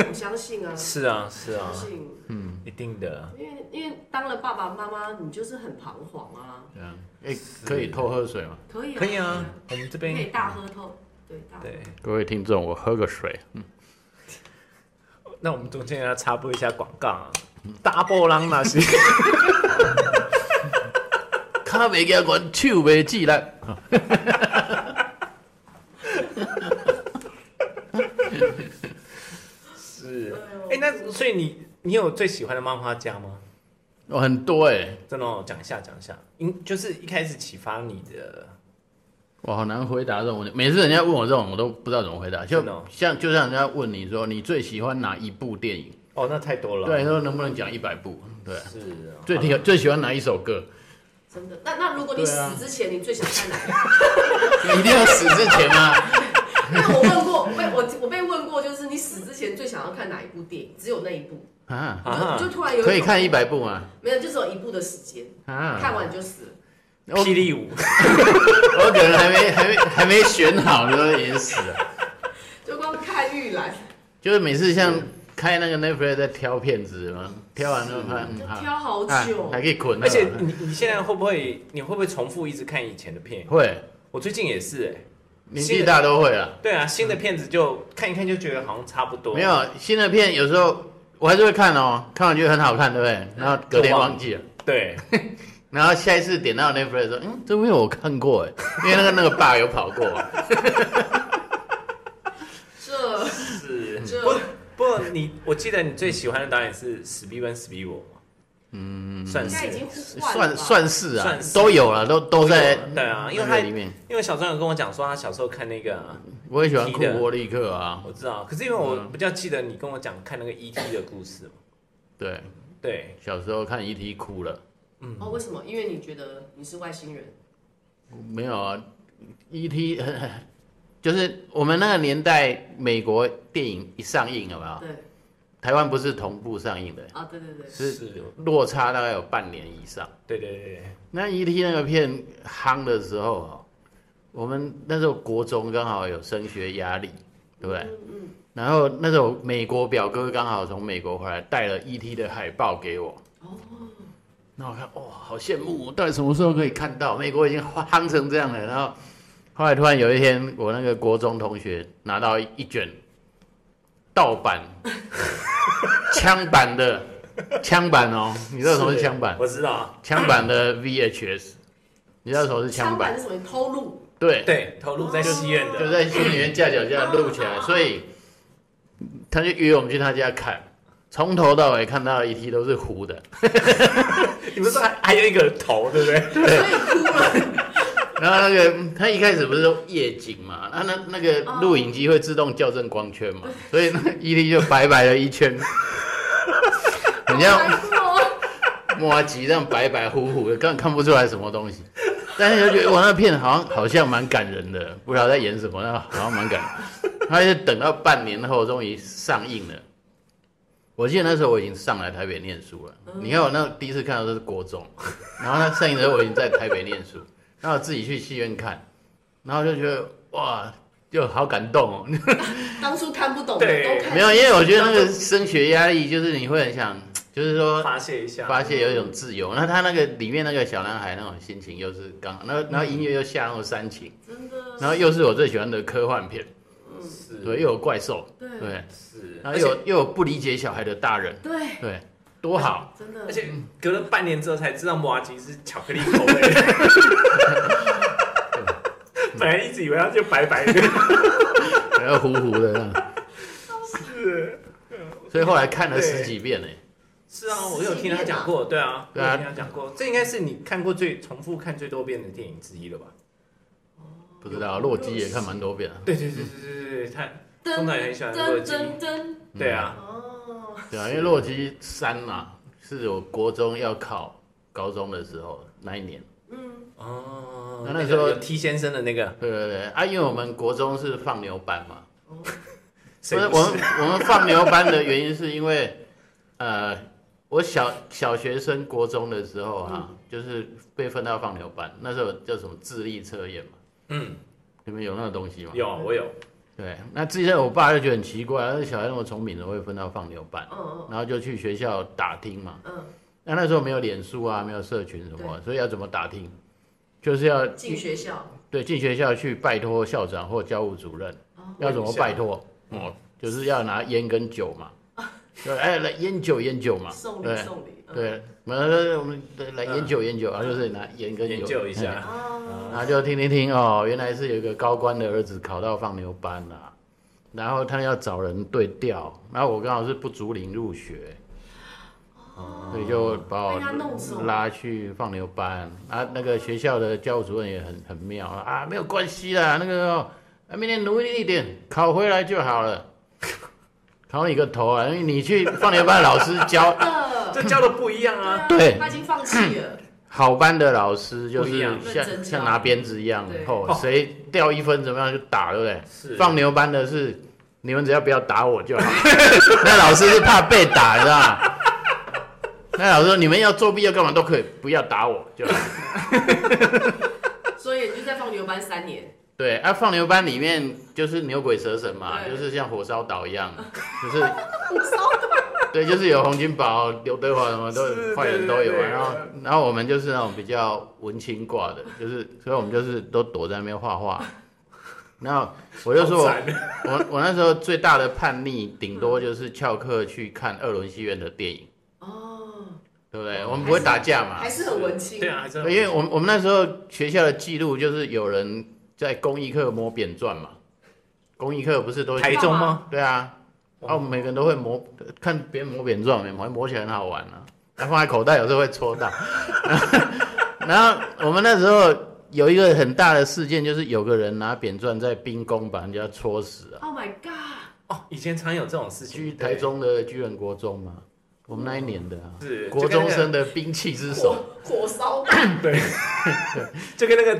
我相信啊，是啊，是啊相，信，一定的，因为因为当了爸爸妈妈，你就是很彷徨啊。这样，哎、可以偷喝水吗？可以可以啊，，我们这可以边大喝透，对大喝。对。各位听众，我喝个水。那我们中间要插播一下广告啊，Double 浪那 些，咖啡加管手袂记来，是，哎、那所以你你有最喜欢的漫画家吗？哦，很多哎、真的、哦，讲一下讲一下，因就是一开始启发你的，我好难回答这种问题。每次人家问我这种，我都不知道怎么回答。就真的哦像就像人家问你说你最喜欢哪一部电影，哦，那太多了，对，，说能不能讲一百部？对，是啊，最听最喜欢哪一首歌？真的，那那如果你对啊死之前，你最想看哪个？一定要死之前吗？ 那我问过，我被我我被问过，就是你死之前最想要看哪一部电影？只有那一部，啊，啊就就突然有一可以种看一百部吗？没有，就只有一部的时间，看啊，完就死了。我霹雳舞，我可能还没还没还没选好，你说也死了。就光看预览，就是每次像开那个 Netflix 在挑片子嘛，挑完之后看，就嗯，好，挑好啊久。还可以捆，而且你你现在会不会你会不会重复一直看以前的片？会我最近也是、欸年纪大都会了。哎，对啊，新的片子就看一看就觉得好像差不多，没有新的片，有时候我还是会看哦，看完觉得很好看，对不对？然后隔就天忘忘记了，对，然后下一次点到 Netflix 说，嗯，这部片我看过哎， 因为那个那个爸有跑啊过，这是，这嗯不不过你我记得你最喜欢的导演是史蒂文·史蒂我嘛，嗯，算应该已是经换了吧算算是啊算，是都有了，都都在对啊，因为那他个里面。因为小时候有跟我讲说他小时候看那个啊、我也喜欢库波利克啊，我知道，可是因为我比较记得你跟我讲看那个 E.T. 的故事嘛，对，对，小时候看 E.T. 哭了，哦，为什么？因为你觉得你是外星人，没有啊，E.T. 就是我们那个年代，美国电影一上映，有没有？对台湾不是同步上映的，啊，对对对，是是落差大概有半年以上。对对对对，那 E.T. 那个片夯的时候啊，我们那时候国中刚好有升学压力，对不对？嗯嗯，然后那时候美国表哥刚好从美国回来，带了 E.T. 的海报给我。哦，那我看，哇、好羡慕！我到底什么时候可以看到？美国已经夯成这样了。然后后来突然有一天，我那个国中同学拿到一一卷盗版、枪版的枪版哦，你知道什么是枪版？我知道啊，枪版的 VHS，你知道什么是枪枪版版？是什么？你偷录对，对，投入在戏院就的，在心里面架脚架录起来，所以他就约我们去他家看，从头到尾看到的 ET 都是糊的。你们说还还有一个头，对不对？然后那个 他一开始不是说夜景嘛，那那那个录影机会自动校正光圈嘛，所以那个 ET 就白白的一圈， 很像哦抹吉这样白白糊糊的，根本看不出来什么东西。但是就觉得哇，那片好像好像蛮感人的，不知道在演什么，那好像蛮感人。他就等到半年后终于上映了。我记得那时候我已经上来台北念书了。你看我那第一次看到都是国中，然后他上映的时候我已经在台北念书，然后自己去戏院看，然后就觉得哇，就好感动哦。 当初看不懂的对都看没有，因为我觉得那个升学压力就是你会很想，就是说发泄一下，发泄有一种自由。那他那个里面那个小男孩那种心情又是刚好，那然后音乐又下那种煽情，真嗯的，嗯然后又是我最喜欢的科幻片，是，对，又有怪兽，对对，是，然后嗯而又且有又有不理解小孩的大人，对，对，多好。真的而，且隔了半年之后才知道摩拉吉是巧克力口味的。本来一直以为它就白白的，还要糊糊的这样，是所以后来看了十几遍呢。是啊，我有听他讲过，对啊，我对啊有听他讲过，这应该是你看过最重复看最多遍的电影之一了吧？不知道洛基也看蛮多遍啊，对对对对对对对，他中噔岛也很喜欢洛噔基，噔噔，对啊，哦，对啊，因为洛基三嘛，是我国中要考高中的时候那一年，嗯，哦，那那那时时候候 T 先生的那个，对对对啊，因为我们国中是放牛班嘛，哦，谁不是不我是们我们放牛班的原因是因为，呃，我小小学生国中的时候啊，就是被分到放牛班，那时候叫什么智力测验嘛，嗯，你们有那个东西吗？有我有，对，那之前我爸就觉得很奇怪，那小孩那么聪明，怎么会分到放牛班嗯？嗯然后就去学校打听嘛。嗯，那那时候没有脸书啊，没有社群什么，所以要怎么打听？就是要嗯进学校，对进学校去拜托校长或教务主任，哦要怎么拜托？哦，就是要拿烟跟酒嘛。 对，哎，来烟酒烟酒嘛，送礼对送礼，嗯，对，那我们来嗯烟酒烟酒，然后就是拿烟跟酒嗯研究一，下，哦，然后就听听听哦，原来是有一个高官的儿子考到放牛班啦、然后他要找人对调，然后我刚好是不足龄入学，哦所以就把被他弄我走哦拉去放牛班。啊，那个学校的教务主任也很很妙啊，没有关系啦，那个、哦、啊，明天努力一点，考回来就好了。考你个头啊！因为你去放牛班，老师教真的， 这教的不一样啊，对他已经放弃了，好班的老师就不一是样认真像教像拿鞭子一样，对哦哦，谁掉一分怎么样就打，对不对？是放牛班的是你们只要不要打我就好。 那老师是怕被打，你知道吗？那老师说你们要作弊要干嘛都可以，不要打我就好。所以你就在放牛班三年，对，啊，放牛班里面就是牛鬼蛇神嘛，对就是像火烧岛一 样，就是我烧对，就是有洪金宝、刘德华什么都是有，坏人都对有对啊。对然后，然后我们就是那种比较文青挂的，就是，所以我们就是都躲在那边画画。然后我就说好我，惨我我那时候最大的叛逆，顶多就是翘课去看二轮戏院的电影，哦，对不对？哦我们不会打架嘛 还，是很文青，对啊，还是很对因为我们我们那时候学校的记录就是有人在公益课摸扁钻嘛，公益课不是都台中吗？对啊，啊，我们每个人都会磨，看别人磨扁状元，磨磨起来很好玩啊，那放在口袋有时候会戳到。 然后我们那时候有一个很大的事件，就是有个人拿扁钻在冰宫把人家戳死啊， Oh my god！哦，以前常有这种事情，去对台中的欸居仁国中嘛，我们那一年的啊，是国中生的兵器之首。火烧，就跟那个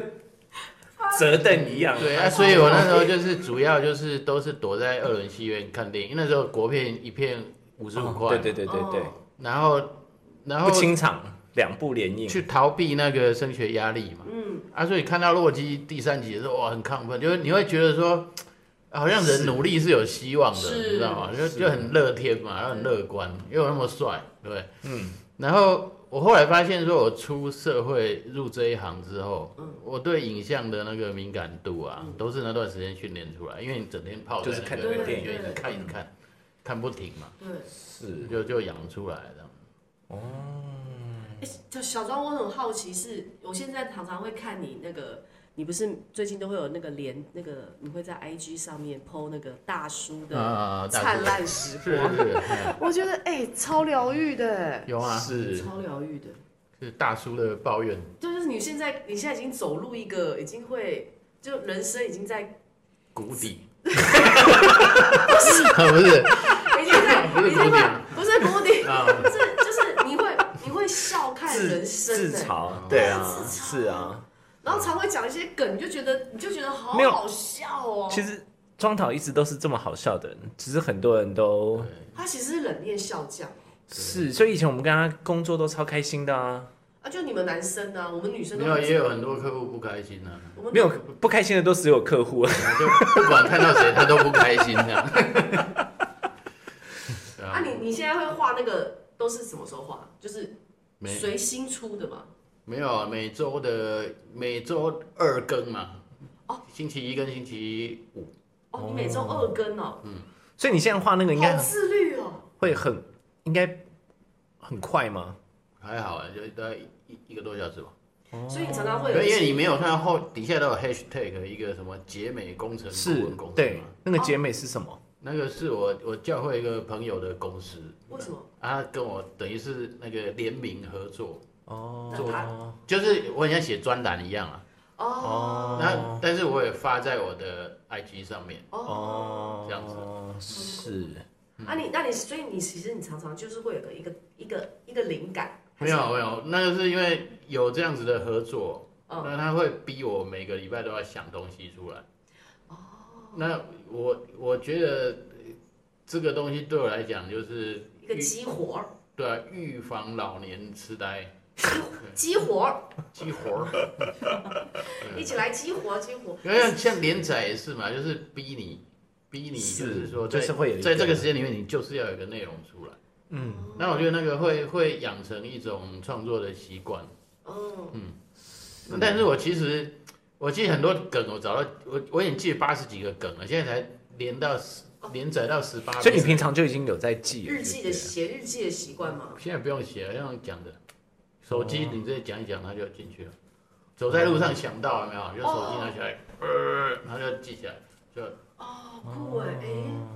折凳一样。哎哦对啊，所以我那时候就是主要就是都是躲在二轮戏院看电影，因为那时候国片一片五十五块，哦对对对对对，哦然后然不后清场，两部连映。去逃避那个升学压力嘛，嗯，啊，所以看到洛基第三集的时候，哇，很亢奋，就是你会觉得说，好像人努力是有希望的，是你知道吗？就是就很乐天嘛，然后很乐观，又那么帅，对不对？嗯，然后。我后来发现，说我出社会入这一行之后，我对影像的那个敏感度啊，都是那段时间训练出来，因为你整天泡在就是那看个那个电影电院影一直看一直看，看不停嘛，对。是就就养出来的。欸小小张，我很好奇是，我现在常常会看你那个，你不是最近都会有那个连那个，你会在 IG 上面 PO 那个大叔的啊，大叔灿烂时是光，是是 我觉得哎、欸超疗愈的，有啊，是超疗愈的。是大叔的抱怨。对，就是你现在你现在已经走入一个已经会就人生已经在谷底，不是已经在 不是已经谷底在不是谷底，啊，不是就是你会你会笑看自人生欸自的、嘲，对啊自，嘲是啊。然后常会讲一些梗，你就觉得你就觉得好没有好笑哦。其实庄桃一直都是这么好笑的人，只是很多人都他其实是冷面笑匠。是，所以以前我们跟他工作都超开心的啊，啊，就你们男生呢、啊，我们女生没都有也有很多客户不开心啊， 我们没有不开心的都只有客户。就不管看到谁他都不开心这样。 对啊啊，你你现在会画那个都是什么时候画？就是没随心出的嘛。没有啊，每周的每周二更嘛，哦星期一跟星期五，哦，你每周二更哦，所以你现在画那个应该好自律哦。会很，应该很快吗？还好啊，就大概一一个多小时吧。哦所以你常常会因哦有一些，为你没有看到后底下都有 hashtag 一个什么杰美工程顾是问公司对嘛，，那哦个姐妹是什么？那个是我我教会一个朋友的公司，为什么？啊，他跟我等于是那个联名合作，做哦，就是我很像写专栏一样啊。哦那、但是我也发在我的 IG 上面，哦，这样子哦，是嗯啊你那你所以你其实你常常就是会有个一个一个一个灵感，还没是有没有，那个是因为有这样子的合作，嗯那他会逼我每个礼拜都要想东西出来。那我我觉得呃这个东西对我来讲就是一个预激活儿，对啊，预防老年痴呆嗯激活儿，激活儿。对一起来激活激活。因为嗯像像连载也是嘛，就是逼你，逼你，就是说在，就是会有一个在这个时间里面，你就是要有一个内容出来。嗯，那我觉得那个会会养成一种创作的习惯。哦，嗯但是我其实，我记得很多梗，我找到我我已经记得八十几个梗了，现在才连到十连载到十八。所以你平常就已经有在记了日记的写日记的习惯嘛，现在不用写了，用讲的，手哦机你直接讲一讲，它就进去了。走在路上想到有没有？就手机拿起来，呃，然后就记起来，就哦，酷哎，哎，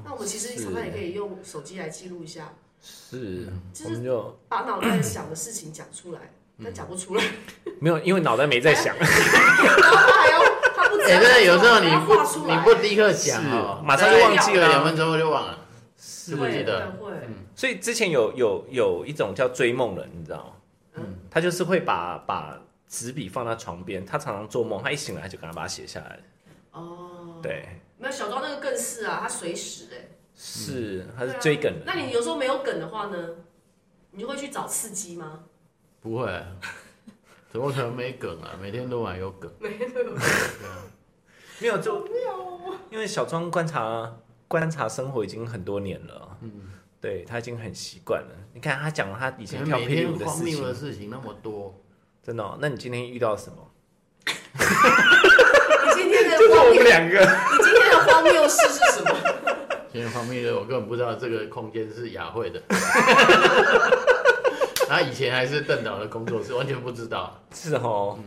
那我们其实是常常也可以用手机来记录一下，是，就我是们嗯就把脑袋想的事情讲出来，但讲不出来， 没有，因为脑袋没在想，然后他还要他不知道哎、真的有时候你他画出不来你不立刻讲哦，是马上就忘记了大概两分钟就忘了。是是不记得会会所以之前有有有一种叫追梦人，你知道吗？嗯他就是会把把纸笔放在床边，他常常做梦，他一醒来就赶快把它写下来。哦，对，没有小庄那个更是啊，他随时哎，是，他是对啊追梗那的。你有时候没有梗的话呢，你就会去找刺激 吗？不会， 怎么可能没梗啊？每天都晚有梗。没有就哦因为小庄观察观察生活已经很多年了，嗯，对他已经很习惯了。你看他讲了他以前跳每霹雳天舞的荒事谬的情，事情那么多，真的、哦？那你今天遇到什么？你今天的荒谬，两个。你今天的荒谬事是什 么？今天荒谬的我根本不知道这个空间是雅慧 的。他以前还是邓导的工作室，完全不知道，是哦，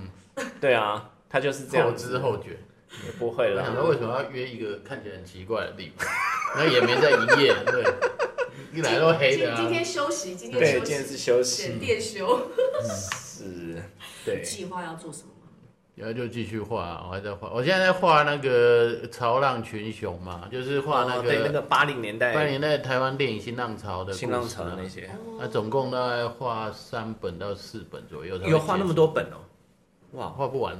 对啊，他就是这后样知子，后觉。也不会我想了。说为什么要约一个看起来很奇怪的地方？那也没在 营业，对，一来都黑今的啊今。天休息，今天对，休今天息，是休选息，店休。是，对，计划要做什么吗？然后就继续画啊，我还在画，我现在在画那个潮浪群雄嘛，就是画那哦对那个个八零年八代零代台湾电影新浪潮的故事哎新啊浪潮的那些，哦那总共大概画三本到四本左右才会有画那么结多本哦，哇束，，画不完，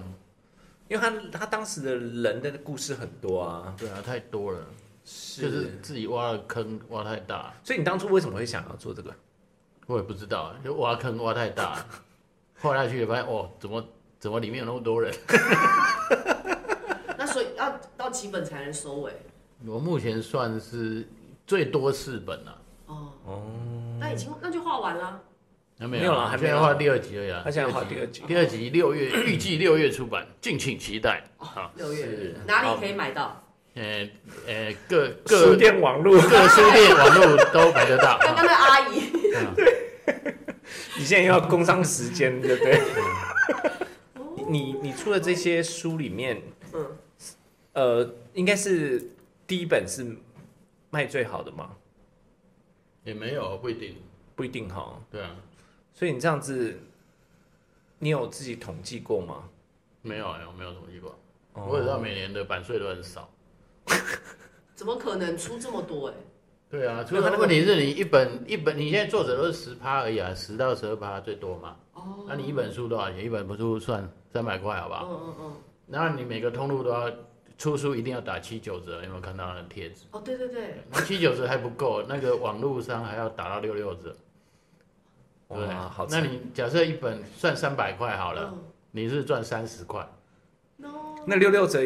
因为他他当时的人的故事很多啊，对啊，太多了，是就是自己挖的坑挖太大，所以你当初为什么会想要做这个？我也不知道，就挖坑挖 太大，画下去也发现哦，怎么怎么里面有那么多人？那所以要到几本才能收尾？我目前算是最多四本了、啊，哦嗯那已经那就画完了。还没有啦啊还现在没有画第二集而已啊，他现在画第二集第二集 六月预计六月出版，敬请期待。好，六是月哪里可以买到？呃呃，各书各店网络，各书店网络都买得啊到。 刚刚那阿姨，你现在又要工商时间，对不对？你你出的这些书里面，嗯，呃，应该是第一本是卖最好的吗？也没有不一定，不一定哈，对啊，所以你这样子，你有自己统计过吗？没有哎，我没有统计过。哦哦我也知道每年的版税都很少。怎么可能出这么多？哎，对啊，没所有以他那个问题是你一本一本，你现在作者都是十趴而已啊，十到十二趴最多嘛。哦，那你一本书多少钱？一本书算三百块，好不嗯哦好？嗯嗯，然后你每个通路都要出书，一定要打七九折，有没有看到那个贴纸？哦，对对对，那七九折还不够，那个网络上还要打到六六折。对不对哇，好，那你假设一本算三百块好了，嗯你是赚三十块， ，no，那六六折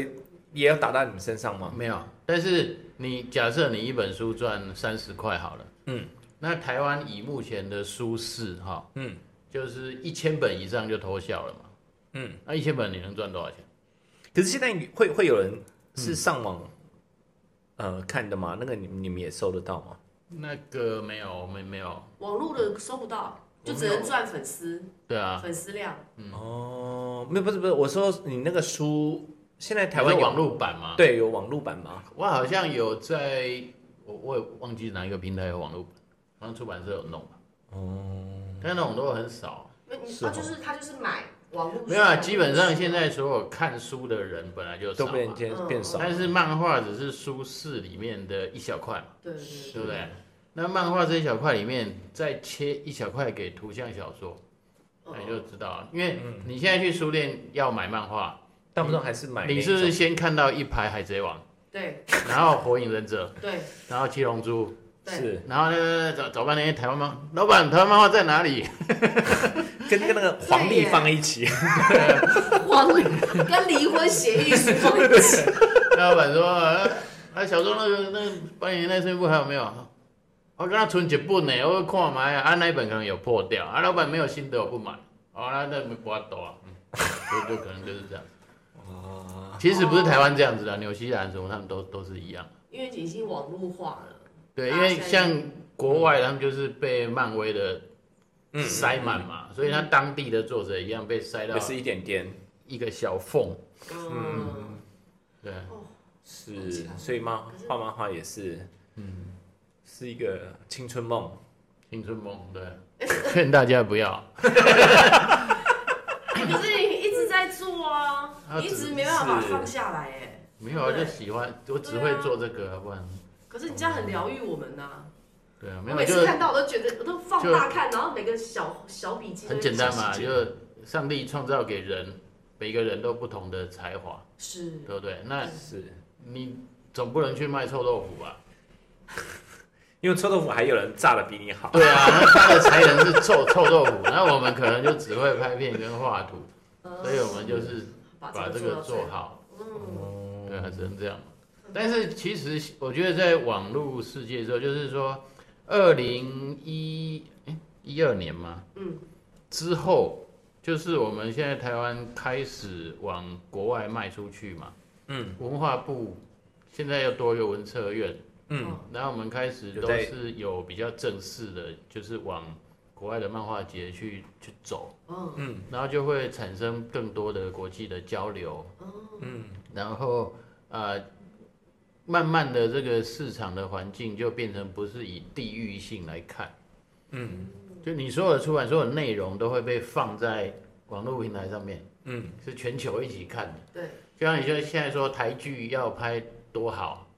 也要打到你们身上吗？没有。但是你假设你一本书赚三十块好了，嗯，那台湾以目前的书市哈，嗯，就是一千本以上就偷笑了嘛，嗯，那一千本你能赚多少钱？可是现在会会有人是上网、呃看的吗？那个你你们也收得到吗？那个没有，我们没有，网络的收不到，就只能赚粉丝对啊，粉丝量。哦，没有，不是不是，我说你那个书现在台湾你有说网络版嘛，对有网络版吗？我好像有在，我我也忘记哪一个平台有网络版，好像出版社有弄吧，哦，但那种都很少。那你是啊，哦就是他就是买网络书没有啊，基本上现在所有看书的人本来就少都嘛被人变嗯变少，但是漫画只是书市里面的一小块嘛，对对对对不嗯对？那漫画这一小块里面再切一小块给图像小说，那你就嗯，知道了。因为你现在去书店要买漫画，大部分还是买那你一是种。不是先看到一排海贼王，对然后火影忍者，对然后七龙珠，对，然后呢找找半天台湾漫，老板台湾漫画在哪里？跟跟那个黄历放一起？ 网络跟离婚协议书放一起，那老板说：“啊，啊小钟那个那个八年那村部还有没有？我跟他存一本呢，我看买啊，啊那一本可能有破掉，啊老板没有新的我不买，哦那那没法度啊，嗯，就就可能就是这样。哦其实不是台湾这样子的，纽西兰什么他们都都是一样。因为已经网络化了。对，啊因为所以像国外他们就是被漫威的嗯塞满嘛，所以他当地的作者一样被塞到也是一点点，一个小缝。嗯，对，是，所以漫画漫画也是，嗯，是一个青春梦。青春梦，对，劝大家不要。可是你一直在做啊，他你一只直没办法是放下来哎。没有啊，对就喜欢，我只会做这啊个，要不然，可是你这样很疗愈我们呐、对啊，没我有每就次是看到我都觉得我都放大看，然后每个小小笔记都很简单嘛，小细就节是上帝创造给人，每个人都不同的才华，是对不对？那是，你总不能去卖臭豆腐吧？因为臭豆腐还有人炸的比你好。对啊，那他的才能是臭臭豆腐， 那我们可能就只会拍片跟画图，所以我们就是嗯把把这这个个到最做后。好，嗯，对啊，只能这样。但是其实我觉得在网络世界之后，就是说，二零一一二年嘛，嗯，之后就是我们现在台湾开始往国外卖出去嘛，嗯，文化部现在又多一个文策院，嗯，然后我们开始有都在是有比较正式的，就是往国外的漫画节去去走，嗯然后就会产生更多的国际的交流，嗯然后呃，慢慢的这个市场的环境就变成不是以地域性来看，嗯，就你所有的出版所有内容都会被放在网络平台上面，嗯，是全球一起看的。对，就像你说现在说台剧要拍多好，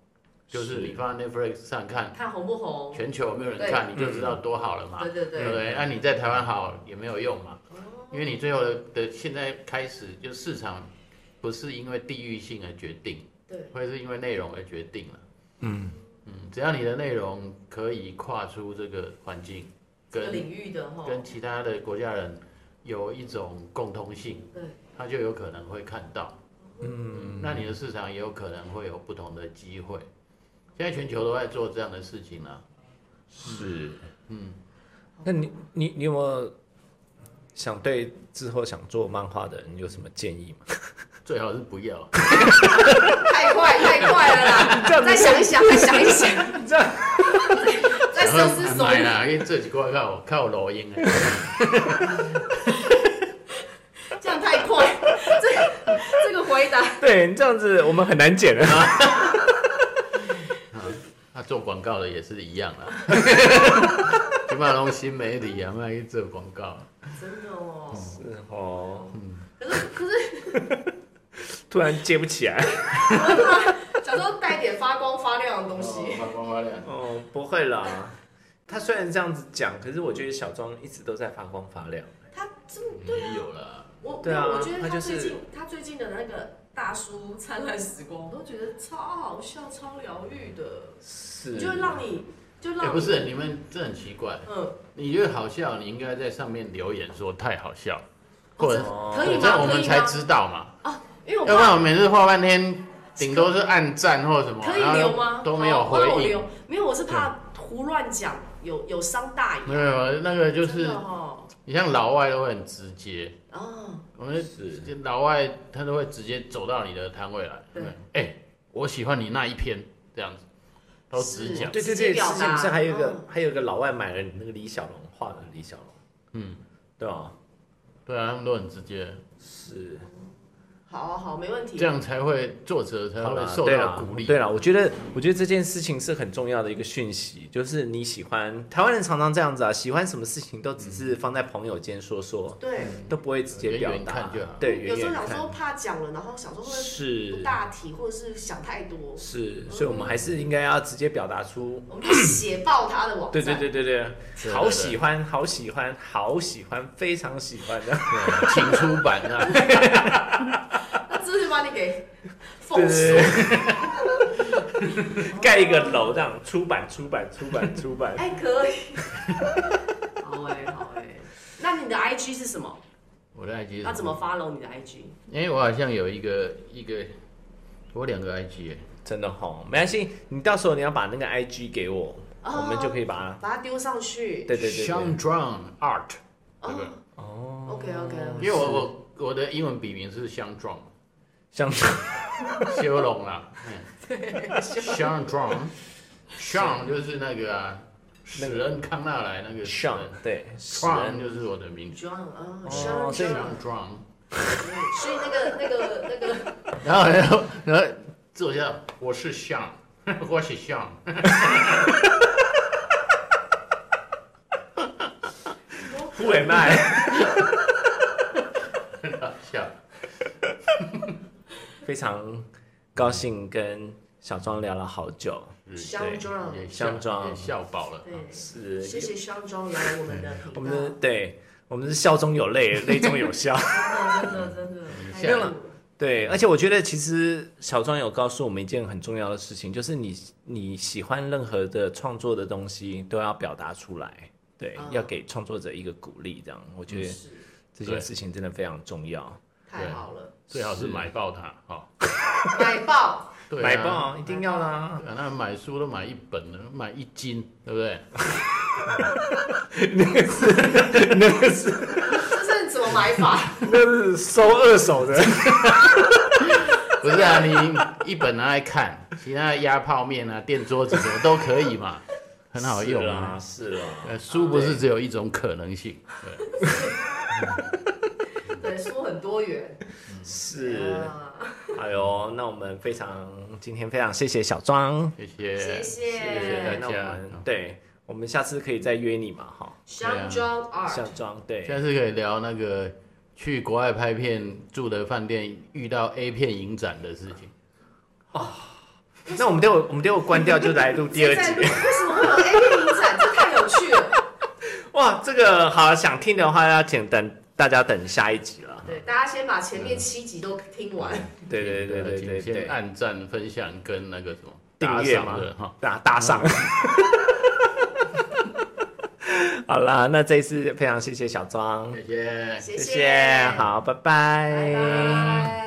就是你放在 Netflix 上看，看红不红？全球有没有人看，你就知道多好了嘛，对对哦对不对，对？那、你在台湾好也没有用嘛，因为你最后的的现在开始就市场不是因为地域性而决定，对，会是因为内容而决定了。嗯嗯，只要你的内容可以跨出这个环境，这个跟领域的哈，跟其他的国家人有一种共通性，对，他就有可能会看到。嗯，那你的市场也有可能会有不同的机会。现在全球都在做这样的事情了、啊是，嗯，那你你你有没有想对之后想做漫画的人有什么建议吗？最好是不要。太快太快了 啦！再想一想，再想一想， 再深思熟啊买虑。啦，因为这几块靠靠录音啊的，这样太快，这这个回答对，这样子我们很难剪啊。他做广告的也是一样 啦。起码用新媒体啊，卖去做广告。啊真的 哦。是哦，可是可是，突然接不起来。小时候带点发光发亮的东西，发光发亮。哦，不会啦。他虽然这样子讲，可是我觉得小庄一直都在发光发亮。他真嗯没有啦，我对啊我觉得他他就是最近他最近的那个大叔灿烂时光，我都觉得超好笑、超疗愈的，是就让啊你就也、让哎不你是你们这很奇怪。嗯，你觉得好笑，你应该在上面留言说太好笑，或者哦这可以这样我吗？可们以才吗？知道嘛。因为我要不怕然我们每次画半天，顶多是暗赞或什么，可以然后留吗？都没有好帮我回应留。没有，我是怕胡乱讲，有有伤大雅。没有，那个就真是的哦，你像老外都会很直接，哦，我们是老外他都会直接走到你的摊位来，对哎、我喜欢你那一篇这样子，都直是讲。对对直接对，表之前不是达还有一个、嗯还有一个老外买了你那个李小龙画的李小龙，嗯，对吧？对啊，他们都很直接，是，好啊好，没问题。这样才会作者才好会啦啊受对到啦鼓励。对啦，我觉得我觉得这件事情是很重要的一个讯息，就是你喜欢台湾人常常这样子啊，喜欢什么事情都只是放在朋友间说说，对，都不会直接表远远达。看就好对，有远时候远想说看怕讲了，然后想说会不会不是大体，或者是想太多，是，所以我们还是应该要直接表达出。我们就写爆他的网对站。对对对对对，好对喜欢，好喜欢，好喜欢，非常喜欢的。对请出版啊！ 那真是把你给封对锁。对对， 盖一个楼这样，出版出版出版出版。哎，可以。 好哎、好哎、那你的 IG 是什么？我的 IG 是要怎么 follow 你的 IG？因哎为我好像有一个一个，我两个 IG，耶真的吼，没关系，你到时候你要把那个 IG 给我，哦我们就可以把把它丢上去。它。对对对 s h a n 对， d r o n Art，哦对 OK OK 因 OK。为我我我的英文笔名是 s h a n d r o n 像修龙啦 s h a n d r o n s h a n 就是那个啊，那史个恩康纳莱那个史像恩对， Strong 就是我的名字 John 啊哦 John 所 s 以 h a John， n d r o n 所以那个那个那个，然后然后然后自我介绍，我是 s h a n 我是 s h a n 不伟 卖，笑，非常高兴跟小庄聊了好久， Sean John 也像笑 John 也笑饱了。对，是谢谢香庄来我们的我频们的道，对，我们是笑中有泪，泪中有笑。真的真的下太棒了，对，而且我觉得其实小庄有告诉我们一件很重要的事情，就是你你喜欢任何的创作的东西都要表达出来，对，嗯要给创作者一个鼓励，这样我觉得是这件事情真的非常重要。太好了，最好是买爆它，好，买爆，对啊买报一定要啦！啊，那买书都买一本了，买一斤，对不 对？这是怎么买法？那是收二手的，不是啊，你一本拿来看，其他的压泡面啊、垫桌子什么都可以嘛，很好用啊。是啦，呃，书不是只有一种可能性，对，对，书很很多元。是，啊哎呦，那我们非常今天非常谢谢小庄，谢谢，谢谢谢大对谢家那我们对，我们下次可以再约你嘛，哈， ，Sean John 小 Art，庄，对，下次可以聊那个去国外拍片住的饭店遇到 A 片影展的事情。那我们等我我们等我关掉就来录第二现在集录。为什么会有 A 片影啊展？这太有趣了。哇，这个好想听的话要请等大家等下一集了。对，大家先把前面七集都听完。对对对对请对对先，按赞、分享跟那个什么订阅打赏吗的哈。搭搭上。 好啦，那这一次非常谢谢小庄，谢谢。谢谢谢，好，拜拜拜拜。